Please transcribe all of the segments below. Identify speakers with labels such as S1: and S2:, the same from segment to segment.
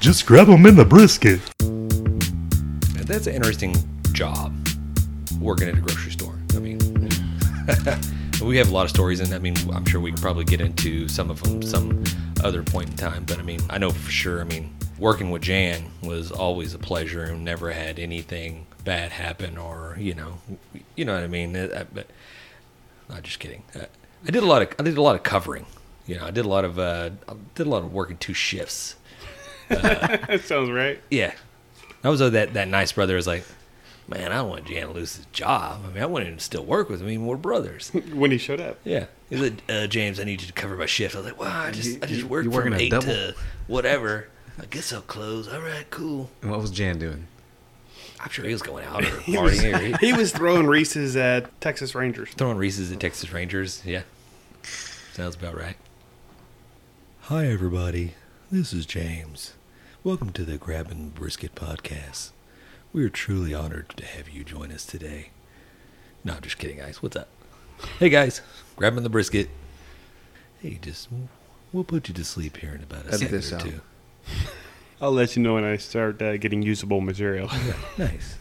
S1: Just grab them in the brisket.
S2: That's an interesting job, working at a grocery store. I mean, we have a lot of stories, and I mean, I'm sure we can probably get into some of them some other point in time. But I mean, I know for sure. I mean, working with Jan was always a pleasure, and never had anything bad happen, or you know, you know what I mean. Uh, But not just kidding. Uh, I did a lot of I did a lot of covering. You know, I did a lot of uh, I did a lot of working two shifts.
S3: That sounds right.
S2: Yeah. That was uh, that that nice brother was like, Man, I don't want Jan to lose his job. I mean, I want him to still work with me. We're brothers.
S3: When he showed up,
S2: Yeah. He's like, uh, James, I need you to cover my shift. I was like, Wow, I just I
S4: You-
S2: just
S4: you-
S2: work
S4: you working
S2: from
S4: a
S2: eight
S4: double?
S2: to whatever. I guess I'll close. All right, cool.
S4: And what was Jan doing?
S2: I'm sure he was going out or
S3: he was,
S2: partying. or he-
S3: he was throwing Reese's at Texas Rangers.
S2: Throwing Reese's at Texas Rangers. Yeah. Sounds about right. Hi, everybody. This is James. Welcome to the Grabbin' Brisket Podcast. We are truly honored to have you join us today. No, I'm just kidding, guys. What's up? Hey, guys. Grabbing the brisket. Hey, just we'll put you to sleep here in about a
S4: Edit
S2: second
S4: this
S2: or
S4: out.
S2: two.
S3: I'll let you know when I start uh, getting usable material.
S2: Nice.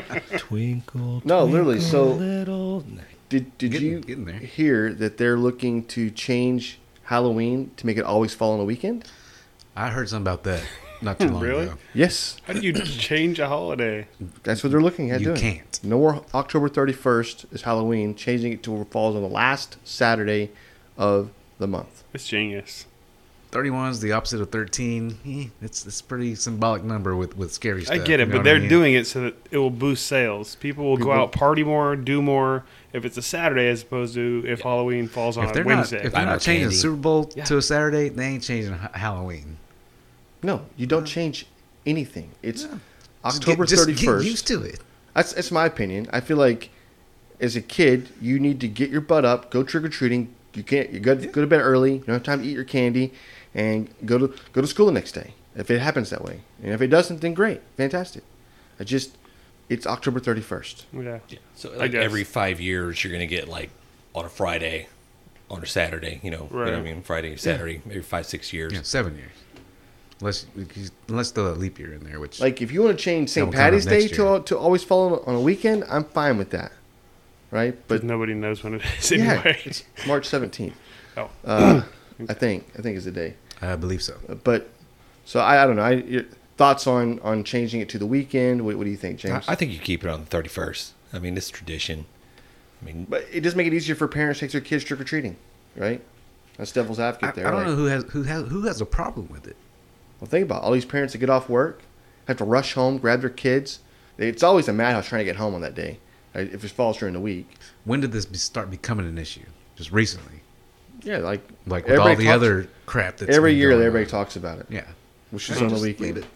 S2: twinkle.
S5: No, literally,
S2: twinkle,
S5: so-
S2: little.
S5: Did did
S4: Getting-
S5: you
S4: getting there.
S5: hear that they're looking to change Halloween to make it always fall on a weekend?
S4: I heard something about that not too long
S3: Really?
S4: ago.
S5: Yes,
S3: How do you change a holiday?
S5: that's what they're looking at
S4: You
S5: doing.
S4: can't.
S5: No more October 31st is Halloween, changing it to where it falls on the last Saturday of the month.
S3: It's genius.
S4: 31 is the opposite of 13. Eh, It's it's a pretty symbolic number with, with scary stuff.
S3: I get
S4: you
S3: it,
S4: know
S3: but
S4: what I
S3: they're
S4: mean?
S3: doing it so that it will boost sales. People will go
S4: People-
S3: out, party more, do more if it's a Saturday as opposed to if Halloween falls on
S4: If
S3: a
S4: they're
S3: Wednesday.
S4: not, if
S2: Buy
S4: they're
S2: more
S4: not changing
S2: candy.
S4: Super Bowl
S3: Yeah.
S4: to a Saturday, they ain't changing Ha- Halloween.
S5: No, you don't change anything. It's
S4: Just
S5: October
S4: get- just
S5: 31st.
S4: Get used to it.
S5: That's that's my opinion. I feel like as a kid, you need to get your butt up, go trick or treating. You can't you go, go to bed early. You don't have time to eat your candy, and go to go to school the next day if it happens that way. And if it doesn't, then great, fantastic. I just it's October thirty first.
S3: yeah.
S2: So
S3: I
S2: like
S3: guess.
S2: every five years, you're gonna get like on a Friday, on a Saturday. You know, you know what I
S3: Right.
S2: mean? Friday, Saturday, maybe five, six years.
S4: Yeah, seven years. Unless unless throw a leap year in there, which
S5: Like if you want to change
S4: That
S5: St.
S4: will come up
S5: Patty's Day
S4: next year.
S5: to to always fall on, on a weekend, I'm fine with that, right? But
S3: But nobody knows when it is
S5: yeah,
S3: anyway.
S5: it's March seventeenth.
S3: Oh.
S5: Uh, I think I think is the day.
S4: I believe so.
S5: but so I, I don't know. I, your thoughts on on changing it to the weekend? What, what do you think,
S2: I,
S5: James?
S2: I think you keep it on the thirty first. I mean, it's tradition. I mean,
S5: but it does make it easier for parents to take their kids trick or treating, right? That's devil's
S4: I, I
S5: advocate there.
S4: don't
S5: like,
S4: know who has who has who has a problem with it.
S5: Well, think about it. all these parents that get off work, have to rush home, grab their kids. It's always a madhouse trying to get home on that day. right, If it falls during the week,
S4: When did this be, start becoming an issue? Just recently,
S5: yeah, like
S4: like with all
S5: everybody
S4: the
S5: talks-
S4: other crap that's
S5: every
S4: been
S5: year,
S4: going
S5: that everybody
S4: on.
S5: talks about it,
S4: Yeah,
S5: which is
S4: Yeah,
S5: on the
S4: just leave
S5: weekend,
S4: it.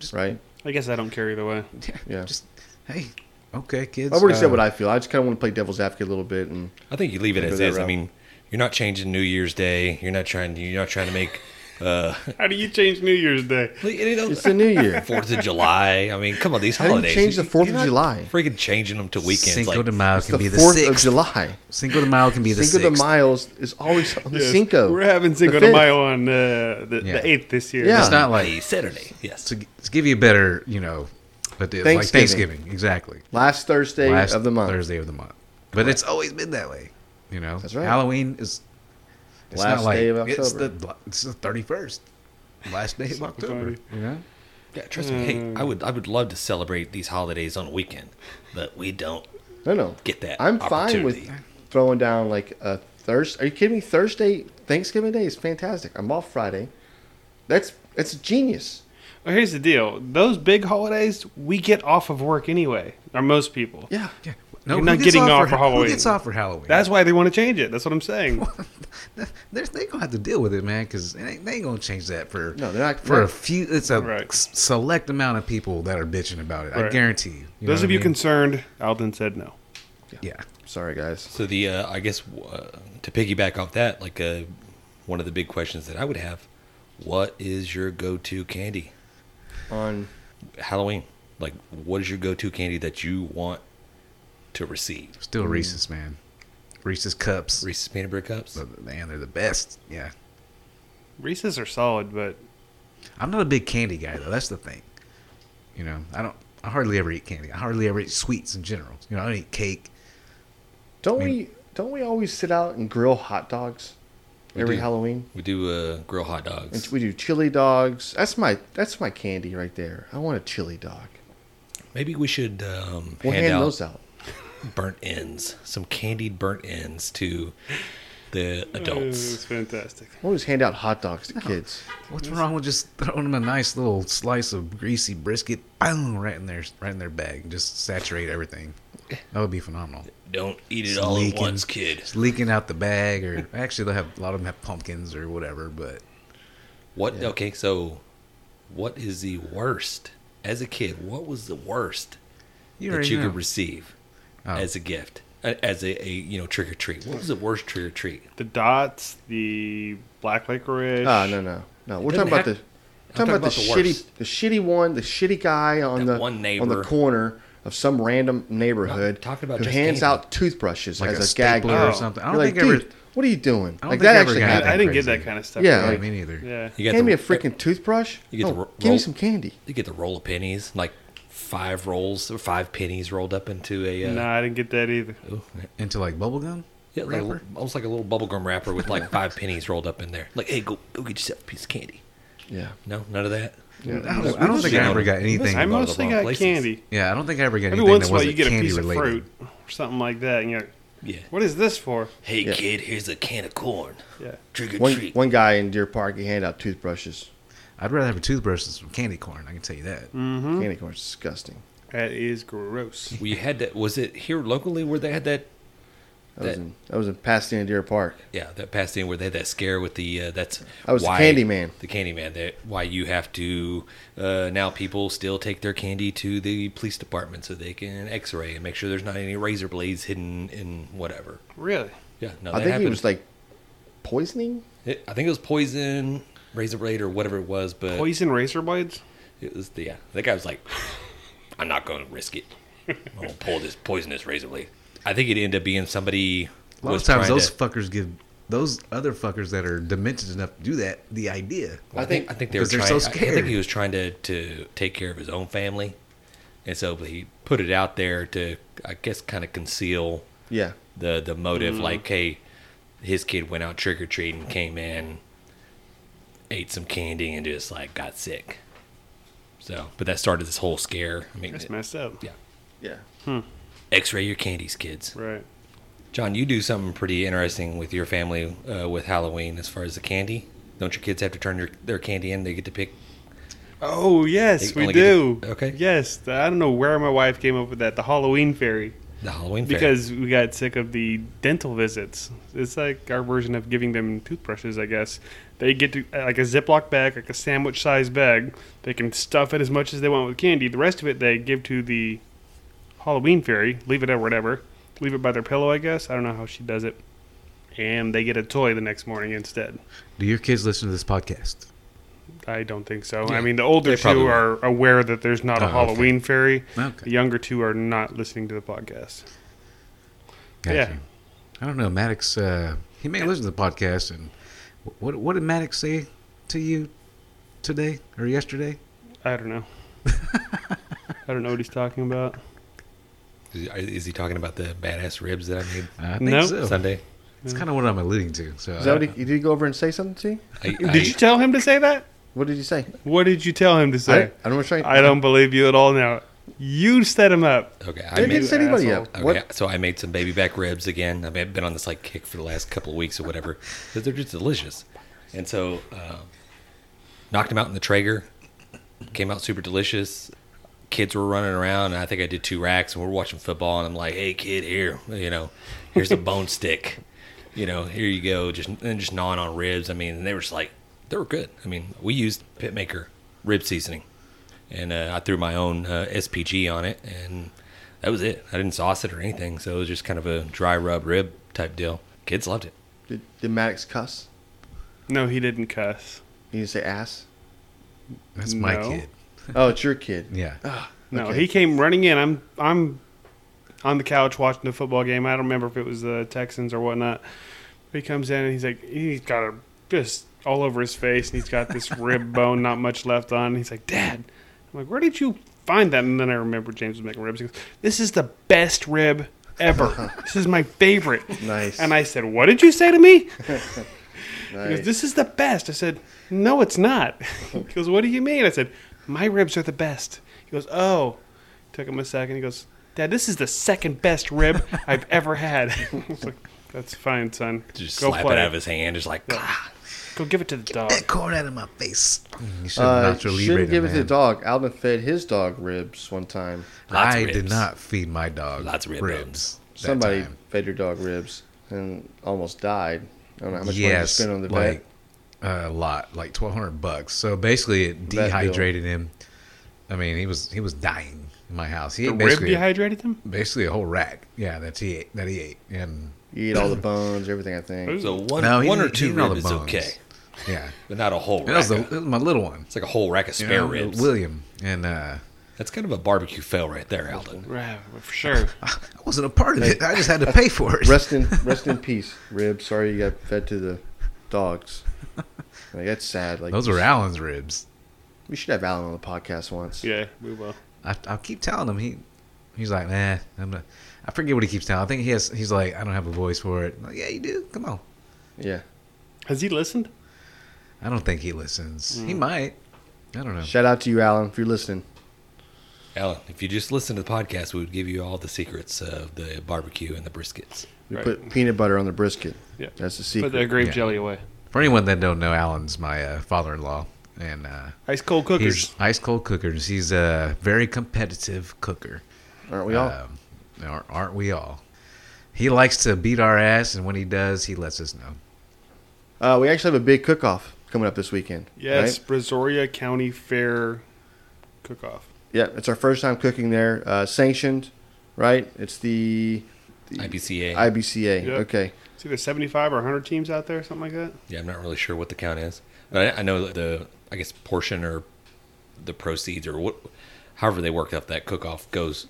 S4: Just-
S5: right?
S3: I guess I don't care either way.
S4: Yeah,
S5: Yeah.
S4: Just hey, okay, kids.
S5: I've already
S4: uh,
S5: said what I feel. I just kind of want to play devil's advocate a little bit, and
S2: I think you leave it
S5: Go
S2: as
S5: that
S2: is. I
S5: route.
S2: mean, you're not changing New Year's Day. You're not trying. You're not trying to make. Uh,
S3: How do you change New Year's Day?
S2: you know,
S5: it's the new year.
S2: Fourth of July. I mean, come on, these
S5: How do you
S2: holidays.
S5: change the Fourth
S2: you're
S5: of
S2: not
S5: July?
S2: Freaking changing them to weekends.
S4: Cinco
S2: like,
S4: de Mayo
S5: It's the
S4: can be the
S5: Fourth of
S4: sixth.
S5: July.
S4: Cinco de Mayo can be the
S5: Cinco de
S4: sixth.
S5: Miles is always on the
S3: Yes.
S5: Cinco.
S3: We're having Cinco
S5: The
S3: de
S5: fifth.
S3: Mayo on uh, the,
S4: Yeah.
S3: the 8th this year.
S5: Yeah.
S4: It's not like
S2: Hey, Saturday. Yes.
S4: to, to give you a better, you know, but it's like
S5: Thanksgiving.
S4: Thanksgiving exactly.
S5: Last Thursday
S4: Last
S5: of the month.
S4: Thursday of the month. But it's always been that way, you know.
S5: That's right.
S4: Halloween is it's
S5: Last
S4: not like,
S5: day of
S4: It's
S5: October.
S4: the it's the thirty first, last day of
S3: funny.
S4: October. You know,
S2: Yeah, trust me. Hey, I would. I would love to celebrate these holidays on a weekend, but we don't
S5: No, no.
S2: get that.
S5: I'm fine with
S2: opportunity.
S5: throwing down like a Thursday. Are you kidding me? Thursday, Thanksgiving Day is fantastic. I'm off Friday. That's that's genius.
S3: Well, here's the deal. Those big holidays, we get off of work anyway. Or most people.
S5: Yeah.
S4: yeah.
S3: You're
S4: who
S3: not
S4: gets
S3: getting off for
S4: Who
S3: Halloween.
S4: gets off for Halloween?
S3: That's why they want to change it. That's what I'm saying.
S4: There's, they gonna have to deal with it, man, because they ain't, they ain't gonna change that for
S5: No, they're not-
S4: for a few. It's a
S3: Right.
S4: s- select amount of people that are bitching about it. I
S3: Right.
S4: guarantee you. you know
S3: Those
S4: what
S3: of
S4: I
S3: you
S4: mean?
S3: concerned, Alden said no.
S4: yeah,
S5: Sorry guys.
S2: So the uh, I guess uh, to piggyback off that, like uh, one of the big questions that I would have, what is your go-to candy
S5: On
S2: Halloween? Like, what is your go-to candy that you want to receive?
S4: still
S5: Mm-hmm.
S4: Reese's, man. Reese's cups,
S2: Reese's peanut butter cups.
S4: man, they're the best. Yeah,
S3: Reese's are solid, but
S4: I'm not a big candy guy though. That's the thing. You know, I don't. I hardly ever eat candy. I hardly ever eat sweets in general. You know, I don't eat cake.
S5: Don't
S4: I mean-
S5: we? Don't we always sit out and grill hot dogs
S2: We
S5: every
S2: do.
S5: Halloween?
S2: We do uh, grill hot dogs.
S5: And we do chili dogs. That's my that's my candy right there. I want a chili dog.
S2: Maybe we should um,
S5: We'll
S2: hand
S5: hand
S2: out
S5: those out.
S2: burnt ends, some candied burnt ends to the adults.
S3: It's fantastic.
S5: We'll always hand out hot dogs to kids.
S4: What's
S5: Mm-hmm.
S4: wrong with just throwing them a nice little slice of greasy brisket, boom, right in their right in their bag, and just saturate everything.
S5: Eh.
S4: That would be phenomenal.
S2: Don't eat it
S4: Just
S2: all at
S4: leaking.
S2: once, kid.
S4: Just leaking out the bag, or actually, they'll have a lot of them have pumpkins or whatever. But
S2: What? Okay, so what is the worst as a kid? What was the worst
S4: you
S2: that
S4: already
S2: you
S4: know.
S2: could receive
S4: Oh.
S2: as a gift, A- as a, a you know trick or treat? What was the worst trick or treat?
S3: The dots, the black licorice.
S5: Ah, no, no, no. We're
S2: doesn't
S5: talking about
S2: have-
S5: the
S2: I'm
S5: talking about, the, shitty
S2: worst.
S5: the shitty one, the shitty guy on
S2: That
S5: the
S2: one
S5: on
S2: neighbor.
S5: the corner of some random neighborhood
S2: talking about
S5: who
S2: just
S5: hands
S2: candy.
S5: out toothbrushes
S4: Like a
S5: as a, gag
S4: stapler
S5: gift.
S3: Oh.
S4: or something. I
S5: You're
S4: don't
S5: like,
S4: think I ever.
S5: dude, what are you doing?
S4: don't
S5: like
S4: think
S5: that
S4: I ever
S5: actually
S4: got
S3: I, I
S5: happened.
S4: that.
S3: didn't get
S4: crazy.
S3: that kind of stuff.
S5: Yeah,
S4: Yeah,
S5: like-
S4: me neither.
S3: yeah.
S2: You got
S5: Hand me a
S2: the-
S5: freaking toothbrush.
S2: You get
S5: No,
S2: the ro-
S5: give
S2: roll-
S5: me some candy.
S2: You get the roll of pennies, like five rolls or five pennies rolled up into a. Uh,
S3: No, I didn't get that either.
S2: ooh,
S4: Into like bubblegum?
S2: yeah, like a
S4: Wrapper?
S2: li- almost like a little bubblegum wrapper with like five pennies rolled up in there. Like, hey, go go get yourself a piece of candy.
S5: Yeah.
S2: No, none of that.
S4: I don't, I don't think I ever got anything.
S3: I
S2: a lot of the
S3: mostly
S2: wrong
S3: got
S2: places.
S3: candy.
S4: yeah, I don't think I ever got
S3: Every
S4: anything
S3: once
S4: that
S3: in a while,
S4: wasn't
S3: you get a
S4: candy
S3: piece
S4: related.
S3: of fruit or something like that, and you're like,
S2: Yeah.
S3: "What is this for?"
S2: Hey
S5: Yeah.
S2: kid, here's a can of corn.
S3: Yeah.
S2: Trick or
S5: One
S2: treat.
S5: one guy in Deer Park, he handed out toothbrushes.
S4: I'd rather have a toothbrush than some candy corn. I can tell you that.
S3: Mm-hmm.
S5: Candy corn's disgusting.
S3: That is gross.
S2: We had that. Was it here locally where they had that?
S5: That, was
S2: That-
S5: in that was in Pasadena Deer Park.
S2: Yeah, that Pasadena where they had that scare with the. Uh, that's
S5: That was the candy man.
S2: The candy man. That why you have to uh, now people still take their candy to the police department so they can X-ray and make sure there's not any razor blades hidden in whatever.
S3: Really?
S2: Yeah, no,
S5: I
S2: that
S5: think
S2: happened.
S5: he was like poisoning.
S2: It- I think it was poison, razor blade, or whatever it was. But
S3: Poison razor blades?
S2: it was the, yeah. That guy was like, I'm not going to risk it. I'm gonna pull this poisonous razor blade. I think it ended up being somebody.
S4: A lot
S2: was
S4: of times,
S2: trying
S4: those
S2: to-
S4: fuckers give those other fuckers that are demented enough to do that the idea.
S2: Well, I think I think they were
S4: because they're
S2: trying.
S4: so
S2: I think
S4: scared.
S2: he was trying to to take care of his own family, and so he put it out there to I guess kind of conceal
S5: Yeah.
S2: the the motive.
S4: Mm-hmm.
S2: Like, hey, his kid went out trick or treating, came in, ate some candy, and just like got sick. So, but that started this whole scare. I mean,
S3: That's messed up.
S2: yeah.
S5: Yeah.
S2: X-ray your candies, kids.
S3: Right.
S2: John, you do something pretty interesting with your family uh, with Halloween as far as the candy. Don't your kids have to turn your, their candy in? They get to pick
S3: Oh yes,
S2: They
S3: we
S2: only get
S3: do.
S2: to- okay.
S3: Yes, I don't know where my wife came up with that. The Halloween fairy,
S2: the Halloween fairy.
S3: because we got sick of the dental visits. It's like our version of giving them toothbrushes, I guess. They get to uh, like a Ziploc bag, like a sandwich-sized bag. They can stuff it as much as they want with candy. The rest of it they give to the Halloween fairy. Leave it at whatever. Leave it by their pillow, I guess. I don't know how she does it. And they get a toy the next morning instead.
S4: Do your kids listen to this podcast?
S3: I don't think so.
S2: Yeah.
S3: I mean, the
S2: They
S3: older
S2: probably
S3: two are aware that there's not
S4: Oh,
S3: a
S4: okay.
S3: Halloween fairy. The
S4: Okay.
S3: younger two are not listening to the podcast.
S4: Gotcha.
S3: Yeah.
S4: I don't know. Maddox, uh, he may listen to the podcast. And what, what did Maddox say to you today or yesterday?
S3: I don't know. I don't know what he's talking about.
S2: Is- Is he talking about the badass ribs that I made
S4: I think
S3: Nope.
S4: so.
S2: Sunday?
S4: It's kind of what I'm alluding to. So
S5: Is that what he, did he go over and say something to you?
S2: I, I-
S3: Did you tell him to say that?
S5: What did he say?
S3: What did you tell him to
S5: I,
S3: say?
S5: don't- I don't know what you're trying.
S3: I don't believe you at all now. You set him up.
S2: Okay, I
S5: They
S2: made,
S5: didn't set anybody up.
S2: okay,
S5: What?
S2: so I made some baby back ribs again. I mean, I've been on this like kick for the last couple of weeks or whatever, but they're just delicious. And so, um, knocked them out in the Traeger. Came out super delicious. Kids were running around, and I think I did two racks, and we're watching football. And I'm like, "Hey, kid, here, you know, here's a bone stick, you know, here you go." Just and just gnawing on ribs. I mean, and they were just like, they were good. I mean, we used Pit Maker rib seasoning and uh, I threw my own uh, SPG on it, and that was it. I didn't sauce it or anything, so it was just kind of a dry rub rib type deal. Kids loved it.
S5: Did, did Maddox cuss?
S3: No, he didn't cuss.
S5: He didn't say ass.
S4: That's my
S3: No.
S4: kid.
S5: Oh, it's your kid.
S4: Yeah.
S3: No,
S5: Okay.
S3: he came running in. I'm I'm on the couch watching the football game. I don't remember if it was the Texans or whatnot. He comes in and he's like, he's got a just all over his face, and he's got this rib bone, not much left on. And he's like, Dad, I'm like, where did you find that? And then I remember James was making ribs. He goes, this is the best rib ever. this is my favorite.
S5: Nice.
S3: And I said, what did you say to me? He
S5: Nice.
S3: goes, This is the best. I said, No, it's not. he goes, What do you mean? I said, My ribs are the best. He goes, Oh. Took him a second. He goes, Dad, this is the second best rib I've ever had. I was like, That's fine, son.
S2: Just
S3: Go
S2: slap
S3: play.
S2: it out of his hand. Just like, "Ah."
S3: Go give it to the dog.
S4: That corn out of my face. Mm, You should
S5: Uh,
S4: Nacho Libre
S5: should
S4: the
S5: give it to the
S4: man.
S5: dog. Alvin fed his dog ribs one time.
S2: Lots of
S4: I did
S2: ribs.
S4: not feed my dog
S2: Lots of rib bones.
S4: ribs. that
S5: Somebody
S4: time.
S5: fed your dog ribs and almost died. I don't know how much money you
S4: yes,
S5: spent on the
S4: like uh,
S5: vet.
S4: a lot, like twelve hundred bucks. So basically, it
S5: Vet bill.
S4: dehydrated him. I mean, he was he was dying in my house. He
S3: The
S4: ate
S3: rib
S4: basically
S3: dehydrated him?
S4: basally a whole rack. Yeah, that's he ate, that he ate, and
S5: You eat all the bones, everything. I think.
S2: So one,
S4: No, he
S2: one or
S4: didn't- he
S2: two
S4: didn't all
S2: rib
S4: the
S2: is
S4: bones.
S2: okay,
S4: yeah,
S2: but not a whole
S4: that
S2: rack.
S4: was, the, it was my little one.
S2: it's like a whole rack of
S4: you
S2: spare
S4: know,
S2: ribs.
S4: William, and uh,
S2: That's kind of a barbecue fail right there, Alden.
S3: Yeah, for sure.
S4: I wasn't a part of it. I just had to pay for it.
S5: Rest in rest in peace, ribs. Sorry you got fed to the dogs. Like that's sad. Like
S4: Those were Alan's ribs.
S5: We should have Alan on the podcast once.
S3: Yeah, we will.
S4: I, I keep telling him he he's like nah I'm not, I forget what he keeps telling. I think he has he's like I don't have a voice for it. I'm like yeah you do. Come on.
S5: Yeah.
S3: Has he listened?
S4: I don't think he listens. He might. I don't know.
S5: Shout out to you, Alan, if you're listening.
S2: Alan, if you just listen to the podcast, we would give you all the secrets of the barbecue and the briskets.
S5: We
S3: Right.
S5: put peanut butter on the brisket.
S3: Yeah.
S5: That's the
S3: Put
S5: secret.
S3: the grape
S4: Yeah.
S3: jelly away.
S4: For anyone that don't know, Alan's my uh, father-in-law, and uh,
S3: Ice cold
S4: he's
S3: cookers.
S4: ice cold cookers. He's a very competitive cooker.
S5: Aren't we all?
S4: Um, ar- aren't we all? He likes to beat our ass, and when he does, he lets us know.
S5: Uh, we actually have a big cook-off coming up this weekend.
S3: Yes,
S5: right?
S3: Brazoria County Fair cook off.
S5: Yeah, it's our first time cooking there. Uh, sanctioned, right? It's the, the
S2: IPCA.
S5: IBCA.
S3: Yep.
S5: Okay.
S3: It's either 75 or 100 teams out there, something like that.
S2: Yeah, I'm not really sure what the count is, but I, I know that the I guess portion or the proceeds or what, however they work up that cook off goes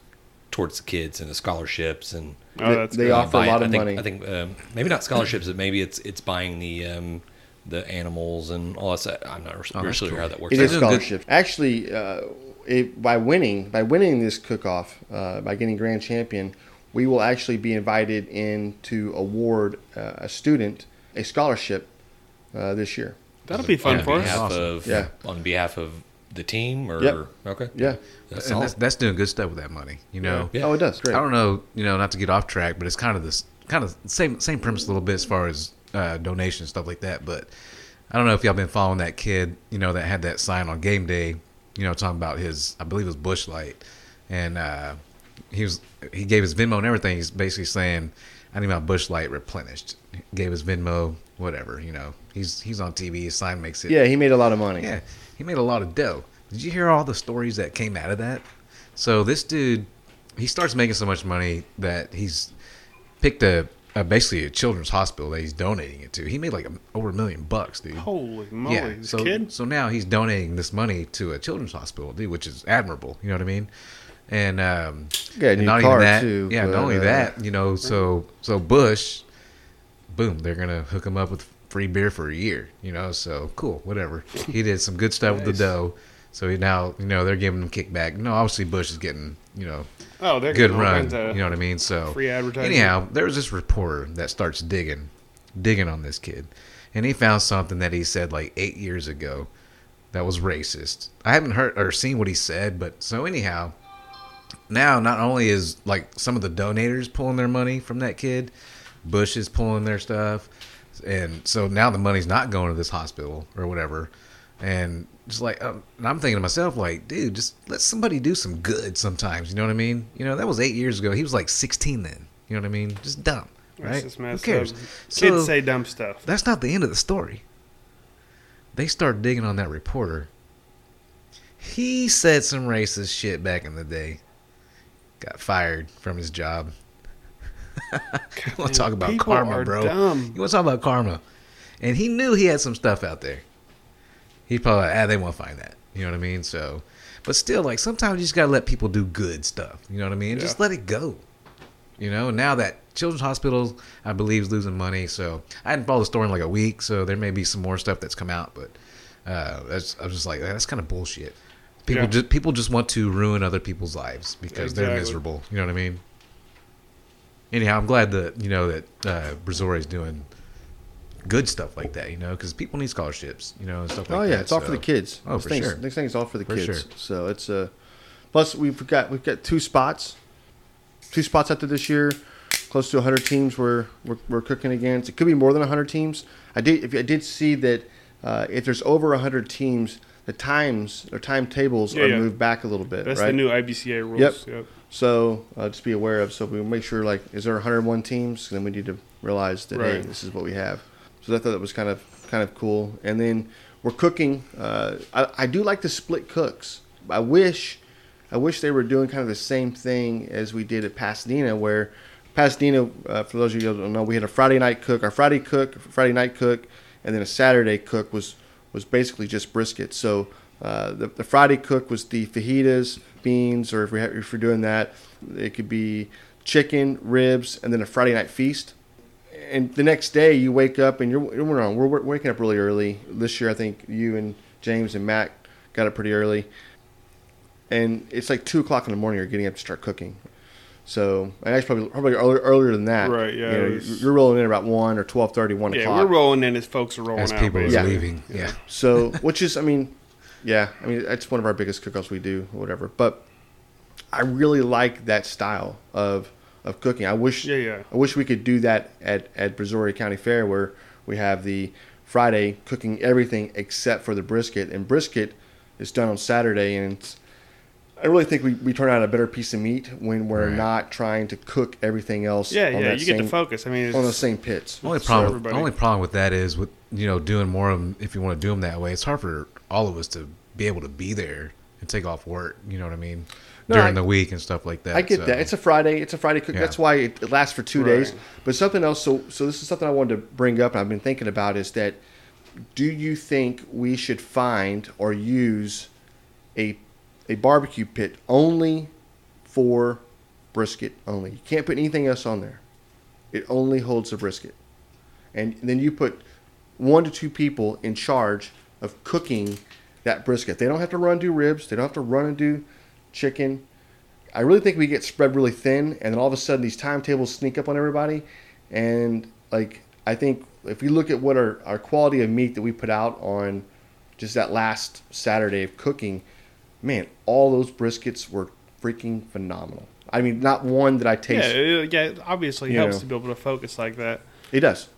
S2: towards the kids and the scholarships and uh,
S3: Oh,
S5: They-
S3: that's
S5: they
S3: good.
S5: are- offer a
S2: buy-
S5: lot
S2: I
S5: of
S2: think,
S5: money.
S2: I think um, maybe not scholarships, but maybe it's it's buying the um, the animals and all that. stuff. I'm not really
S4: Oh, that's
S2: sure
S4: cool.
S2: how that works.
S5: It is
S4: That's a good-
S5: scholarship. Actually, uh, it, by winning by winning this cook-off, uh, by getting grand champion, we will actually be invited in to award uh, a student a scholarship uh, this year.
S3: That'll be fun
S2: on
S3: for us.
S2: behalf
S4: Awesome.
S2: of
S5: Yeah.
S2: on behalf of the team or
S5: Yep.
S2: okay
S5: Yeah.
S2: that's
S4: and
S2: all.
S4: that's, that's doing good stuff with that money, you know.
S2: Yeah.
S5: Oh, it does. Great.
S4: I don't know, you know, not to get off track, but it's kind of this kind of same same premise a little bit as far as uh, donation and stuff like that. But I don't know if y'all been following that kid, you know, that had that sign on game day, you know, talking about his, I believe it was Bushlight, and uh, he was he gave his Venmo and everything. He's basically saying, I need my Bushlight replenished. Gave his Venmo, whatever, you know. He's he's on TV. His sign makes it.
S5: Yeah, he made a lot of money.
S4: Yeah, he made a lot of dough. Did you hear all the stories that came out of that? So this dude, he starts making so much money that he's picked a, a basically a children's hospital that he's donating it to. He made like a, over a million bucks, dude.
S3: Holy moly, this
S4: so,
S3: kid.
S4: So now he's donating this money to a children's hospital, dude, which is admirable. You know what I mean? And um,
S5: Got a
S4: and
S5: new
S4: not
S5: car,
S4: even that,
S5: too,
S4: yeah,
S5: but,
S4: not only
S5: uh,
S4: that, you know, so so Bush, boom, they're gonna hook him up with free beer for a year. You know, so cool, whatever. He did some good stuff with
S3: Nice.
S4: the dough. So he now, you know, they're giving him kickback. No, obviously Bush is getting, you know,
S3: Oh, they're
S4: good
S3: getting all
S4: run.
S3: kinds of-
S4: you know what I mean? So
S3: free advertising.
S4: Anyhow, there was this reporter that starts digging, digging on this kid, and he found something that he said like eight years ago that was racist. I haven't heard or seen what he said, but so anyhow, now not only is like some of the donators pulling their money from that kid, Bush is pulling their stuff, and so now the money's not going to this hospital or whatever, and just like um, and I'm thinking to myself like, dude, just let somebody do some good sometimes. You know what I mean? You know that was eight years ago. He was like 16 then. You know what I mean? Just dumb,
S3: That's
S4: right?
S3: just
S4: Who
S3: messed
S4: cares?
S3: up.
S4: So-
S3: Kids say dumb stuff.
S4: that's not the end of the story. They start digging on that reporter. He said some racist shit back in the day. Got fired from his job. you want to talk about
S3: People
S4: karma,
S3: are
S4: bro?
S3: dumb.
S4: You want to talk about karma? And he knew he had some stuff out there. He probably like, ah, they won't find that. You know what I mean? So, but still, like sometimes you just gotta let people do good stuff. You know what I mean?
S3: Yeah.
S4: Just let it go. You know, now that Children's Hospital, I believe, is losing money, so I hadn't followed the story in like a week, so there may be some more stuff that's come out, but uh, that's, I was just like, that's kind of bullshit. People
S3: Yeah.
S4: just people just want to ruin other people's lives because they're
S3: Exactly.
S4: miserable. You know what I mean? Anyhow, I'm glad that you know that uh, Brazor is doing good stuff like that. You know, because people need scholarships. You know, and stuff like
S5: oh
S4: that.
S5: yeah, it's all for the
S4: so-
S5: kids.
S4: Oh,
S5: This
S4: for
S5: thing's-
S4: sure.
S5: Next thing is all for the
S4: For
S5: kids.
S4: sure.
S5: So it's uh, plus we've got we've got two spots, two spots out there this year. Close to 100 teams we're we're, we're cooking against. It could be more than 100 teams. I did if I did see that uh, if there's over 100 teams, the times or timetables
S3: Yeah,
S5: are
S3: yeah.
S5: moved back a little bit.
S3: That's
S5: right?
S3: the new IBCA rules.
S5: Yep.
S3: yep.
S5: So uh, just be aware of. So we make sure like, is there 101 teams? Then we need to realize that hey,
S3: Right.
S5: this is what we have. So I thought that was kind of kind of cool. And then we're cooking. Uh, I, I do like the split cooks. I wish, I wish they were doing kind of the same thing as we did at Pasadena, where Pasadena, uh, for those of you who don't know, we had a Friday night cook, our Friday cook, Friday night cook, and then a Saturday cook was was basically just brisket. So uh, the, the Friday cook was the fajitas, beans, or if, we ha- if we're doing that, it could be chicken, ribs, and then a Friday night feast. And the next day you wake up and you're, you're wrong. We're, we're waking up really early. This year, I think you and James and Matt got up pretty early. And it's like 2 o'clock in the morning you're getting up to start cooking. So, and actually probably, probably earlier, earlier than that.
S3: Right, yeah,
S5: You
S3: it
S5: know,
S3: was-
S5: you're rolling in about 1 or 12.30, 1
S3: Yeah,
S5: o'clock.
S3: we're rolling in as folks are rolling
S4: As
S3: out.
S4: people are
S5: Yeah.
S3: basically.
S4: leaving, yeah.
S5: So, which is, I mean, yeah, I mean, that's one of our biggest cook-offs we do, or whatever. But I really like that style of of cooking. I wish,
S3: Yeah, yeah.
S5: I wish we could do that at at Brazoria County Fair, where we have the Friday cooking everything except for the brisket, and brisket is done on Saturday, and it's, I really think we, we turn out a better piece of meat when we're
S4: Right.
S5: not trying to cook everything else.
S3: Yeah,
S5: on
S3: yeah.
S5: that
S3: You
S5: same,
S3: get the focus. I mean,
S5: on the
S3: it's,
S5: same pits.
S4: Only
S3: So
S4: problem.
S3: everybody-
S4: only problem with that is with you know doing more of 'em, if you want to do them that way. It's hard for all of us to be able to be there and take off work. You know what I mean?
S5: No,
S4: During
S5: I-
S4: the week and stuff like that.
S5: I get
S4: so-
S5: that. It's a Friday. It's a Friday cook.
S4: Yeah.
S5: That's why it, it lasts for two
S3: Right.
S5: days. But something else. So, so this is something I wanted to bring up, and I've been thinking about is that do you think we should find or use a a barbecue pit only for brisket only? You can't put anything else on there. It only holds the brisket, and then you put one to two people in charge of cooking that brisket. They don't have to run and do ribs. They don't have to run and do chicken. I really think we get spread really thin, and then all of a sudden these timetables sneak up on everybody. And like I think if we look at what our, our quality of meat that we put out on just that last Saturday of cooking, man, all those briskets were freaking phenomenal. I mean, not one that I
S3: yeah,
S5: taste.
S3: it, yeah. It obviously
S5: You
S3: helps
S5: know.
S3: to be able to focus like that.
S5: It does.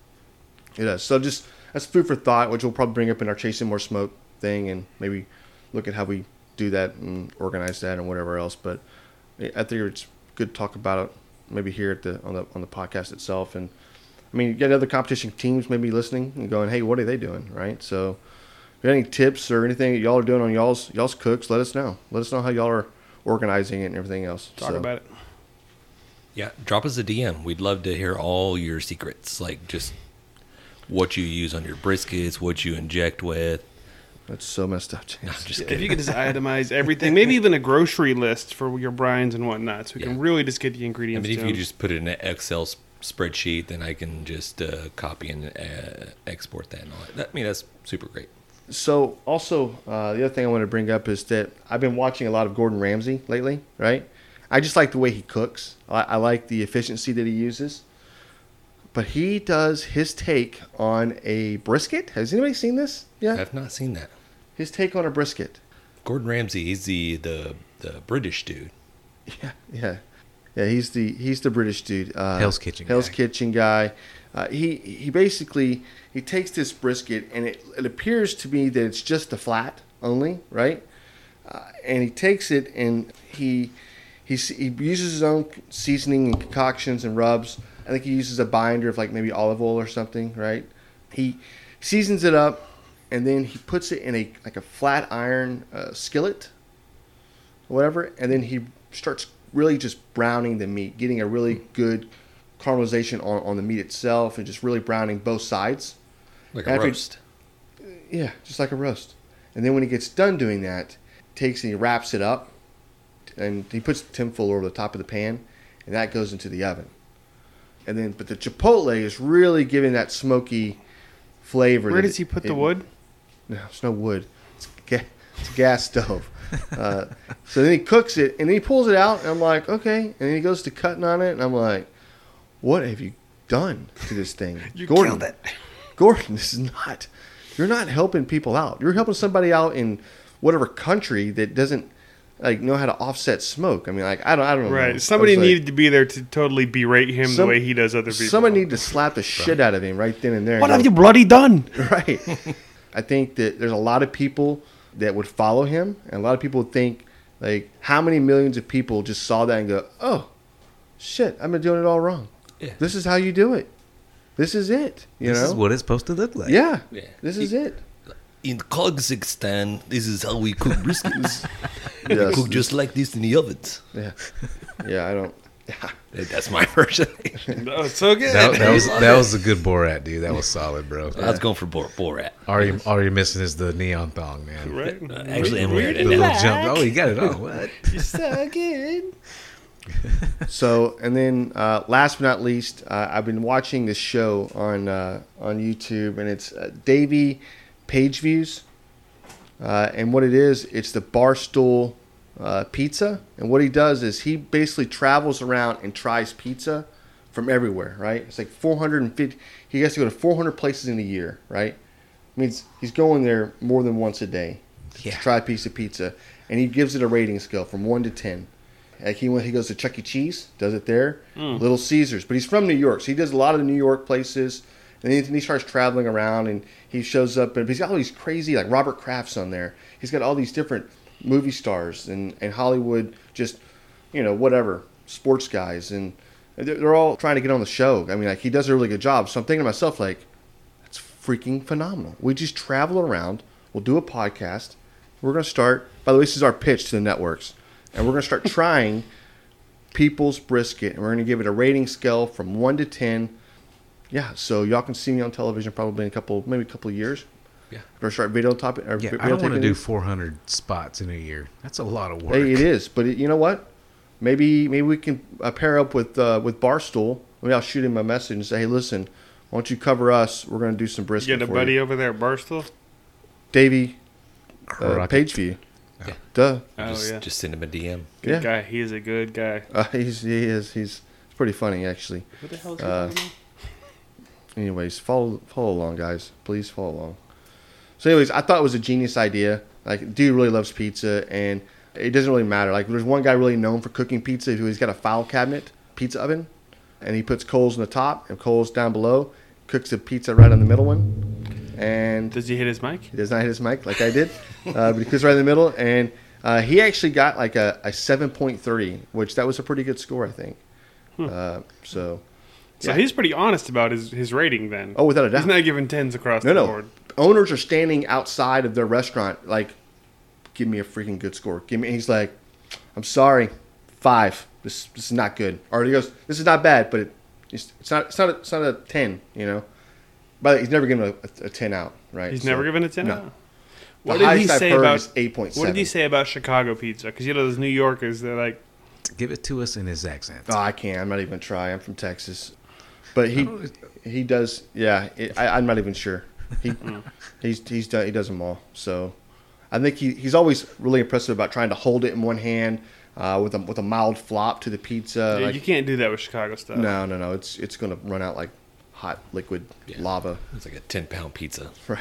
S5: It does. So just that's food for thought, which we'll probably bring up in our chasing more smoke thing, and maybe look at how we do that and organize that and whatever else. But I I think it's good to talk about it maybe here at the on the on the podcast itself. And I mean, you got other competition teams maybe listening and going, hey, what are they doing, right? So. If you got any tips or anything that y'all are doing on y'all's y'all's cooks, let us know. Let us know how y'all are organizing it and everything else.
S3: Talk
S5: So,
S3: about it.
S2: Yeah, drop us a DM. We'd love to hear all your secrets, like just what you use on your briskets, what you inject with.
S5: That's so messed up, James.
S2: No, I'm just
S3: If
S2: kidding.
S3: you could just itemize everything, maybe even a grocery list for your brines and whatnot, so we can
S2: Yeah.
S3: really just get the
S2: I
S3: ingredients.
S2: mean, if
S3: down.
S2: you just put it in an Excel s- spreadsheet, then I can just uh, copy and uh, export that and all that. that. I mean, that's super great.
S5: So also uh, the other thing I want to bring up is that I've been watching a lot of Gordon Ramsay lately, right? I just like the way he cooks. I, I like the efficiency that he uses. But he does his take on a brisket. Has anybody seen this? Yeah,
S2: I've not seen that.
S5: his take on a brisket.
S2: Gordon Ramsay, he's the the, the British dude.
S5: Yeah, yeah, yeah. He's the he's the British dude. Uh,
S4: Hell's Kitchen
S5: Hell's
S4: guy.
S5: Kitchen guy. Uh, he he basically he takes this brisket and it it appears to me that it's just the flat only, right? Uh, and he takes it and he he s- he uses his own seasoning and concoctions and rubs. I think he uses a binder of like maybe olive oil or something, right? He seasons it up and then he puts it in a like a flat iron uh, skillet whatever, and then he starts really just browning the meat, getting a really
S3: Mm-hmm.
S5: good caramelization on, on the meat itself, and just really browning both sides.
S2: Like a
S5: After-
S2: roast.
S5: Yeah, just like a roast. And then when he gets done doing that, takes and he wraps it up, and he puts tinfoil over the top of the pan, and that goes into the oven. and then but the chipotle is really giving that smoky flavor.
S3: Where
S5: that
S3: does he
S5: it-
S3: put the
S5: it-
S3: wood?
S5: No, it's no wood. It's, ga- it's a gas stove. Uh, so then he cooks it and then he pulls it out and I'm like, okay. And then he goes to cutting on it and I'm like, what have you done to this thing,
S3: You
S5: Gordon?
S3: killed it.
S5: Gordon, this is not. You're not helping people out. You're helping somebody out in whatever country that doesn't like know how to offset smoke. I mean, like I don't, I don't know. I
S3: Right.
S5: was
S3: Somebody
S5: like,
S3: needed to be there to totally berate him the
S5: Some-
S3: way he does other people.
S5: Someone needed to slap the shit out of him right then and there.
S3: What
S5: And
S3: have you bloody done?
S5: go, Right. I think that there's a lot of people that would follow him, and a lot of people would think like, how many millions of people just saw that and go, oh, shit, I've been doing it all wrong.
S2: Yeah.
S5: This is how you do it. This is it. You
S4: this
S5: know.
S4: is what it's supposed to look like.
S5: yeah.
S2: Yeah.
S5: This is it.
S2: In Kazakhstan, this is how we cook briskets.
S5: Yes.
S2: Cook just like this in the ovens.
S5: Yeah. Yeah, I don't. Yeah.
S2: That's my version.
S3: That was Oh, so good.
S4: That, that was that was a good Borat, dude. That was solid, bro.
S2: I was going for Bor- Borat.
S4: All you all you're missing is the neon thong, man.
S3: right.
S2: Uh, actually, I'm
S4: The
S2: weird.
S4: little jump. Oh, you got it on. What?
S3: so good.
S5: So, and then uh, last but not least, uh, I've been watching this show on uh, on YouTube, and it's uh, Davey Page Views. Uh, and what it is, it's the Barstool uh, Pizza. And what he does is he basically travels around and tries pizza from everywhere, right? It's like 450. He has to go to 400 places in a year, right? means he's going there more than once a day to
S4: Yeah.
S5: try a piece of pizza, and he gives it a rating scale from one to ten. Like he went, he goes to Chuck E. Cheese, does it there, Little Caesars, but he's from New York, so he does a lot of the New York places. And then he starts traveling around, and he shows up, and he's got all these crazy like Robert Kraft's on there. He's got all these different movie stars and and Hollywood just you know whatever sports guys, and they're they're all trying to get on the show. I mean, like he does a really good job. So I'm thinking to myself, like, it's freaking phenomenal. We just travel around. We'll do a podcast. We're going to start. By the way, this is our pitch to the networks, and we're going to start trying people's brisket, and we're going to give it a rating scale from one to ten. Yeah, so y'all can see me on television probably in a couple, maybe a couple of years.
S2: Yeah.
S5: Or start video topic. Or
S4: Yeah,
S5: video
S4: I don't want to do
S5: taping.
S4: 400 spots in a year. That's a lot of work.
S5: Hey, it is, but it, you know what? Maybe maybe we can uh, pair up with uh, with Barstool. Maybe I'll shoot him a message and say, "Hey, listen, why don't you cover us? We're going to do some
S3: You
S5: brisket
S3: got a
S5: for
S3: buddy
S5: you,
S3: over there at Barstool?
S5: Davey." uh,
S4: Crockett.
S5: page view.
S2: Yeah.
S5: Duh.
S3: Oh,
S2: just,
S3: yeah.
S2: just send him a DM.
S3: Good
S5: yeah.
S3: guy. He is a good guy.
S5: Uh, he's, he is. He's pretty funny, actually.
S3: What the hell is
S5: Uh,
S3: he talking
S5: Anyways, follow follow along, guys. Please follow along. So, anyways, I thought it was a genius idea. Like, dude really loves pizza, and it doesn't really matter. Like, there's one guy really known for cooking pizza who he's got a file cabinet, pizza oven, and he puts coals in the top and coals down below. Cooks the pizza right on the middle one, and
S3: about? Does he hit his mic?
S5: He does not hit his mic like I did, uh, but he was right in the middle. And uh, he actually got like a, a 7.3, which that was a pretty good score, I think.
S3: Hmm.
S5: Uh, so,
S3: So
S5: Yeah.
S3: he's pretty honest about his, his rating then.
S5: oh, without a doubt.
S3: He's not giving tens across
S5: no,
S3: the
S5: no.
S3: board.
S5: Owners are standing outside of their restaurant, like, give me a freaking good score. Give me. And he's like, I'm sorry, five. This, this is not good. Or he goes, this is not bad, but it, it's, it's not it's not a, it's not a ten, you know. But he's never given a, a ten out, right?
S3: He's never given a ten
S5: no.
S3: out.
S5: The
S3: What did he
S5: highest I've
S3: say
S5: heard
S3: about
S5: is 8.7.
S3: What did he say about Chicago pizza? Because you know those New Yorkers, they're like,
S4: Give it to us in his accent.
S5: Oh, I can't. I'm not even gonna try. I'm from Texas, but he he does. Yeah, it, I, I'm not even sure. He he's he's done, he does them all. So I think he, he's always really impressive about trying to hold it in one hand uh, with a with a mild flop to the pizza.
S3: "Yeah,
S5: like-
S3: you can't do that with Chicago stuff.
S5: no, no, no. It's it's gonna run out like hot liquid
S2: Yeah.
S5: lava.
S2: It's like a 10 pound pizza.
S5: Right.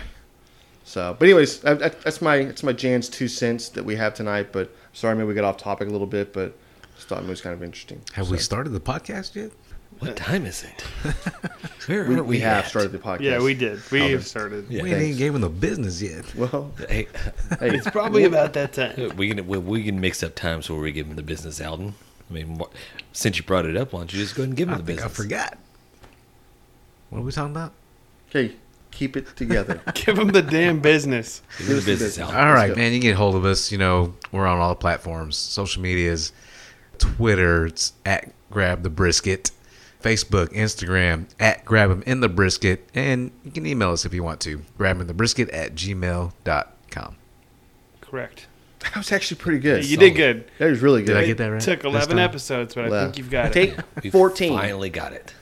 S5: So, but anyways, that, that- that's my that's my Jan's two cents that we have tonight. But sorry, maybe we got off topic a little bit, but just thought it was kind of interesting.
S4: Have
S5: So-
S4: we started the podcast yet?
S2: What time is it? Where
S5: We,
S2: are
S5: we
S2: we,
S5: have
S2: at?
S5: started the podcast.
S3: Yeah, we did. We have started.
S2: Yeah.
S4: we ain't
S5: Thanks.
S4: even gave him the business yet.
S5: Well,
S2: Hey,
S5: hey,
S3: It's probably about that time.
S2: we can we, we can mix up times where we give him the business, Alden. I mean, wh- since you brought it up, why don't you just go ahead and give him
S4: I
S2: the
S4: think I
S2: business?
S4: forgot. What are we talking about?
S5: Okay, keep it together.
S3: Give him the damn business.
S2: Give him
S5: Give us
S2: the
S5: the
S2: business,
S5: business.
S2: Alden.
S4: All right,
S5: go.
S4: man. You can get hold of us. You know, we're on all the platforms, social medias, Twitter, it's at Grab the Brisket, Facebook, Instagram, at Grab 'em in the Brisket, and you can email us if you want to. Grab 'em the Brisket at gmail.com.
S3: Correct.
S5: that was actually pretty good.
S3: you did good.
S5: That was really
S4: Did
S5: good.
S4: I get that right?
S3: Took
S4: this
S3: eleven
S4: time?
S3: episodes, but I
S5: Wow.
S3: think you've got it.
S5: Take
S2: We
S5: 14.
S2: Finally got it.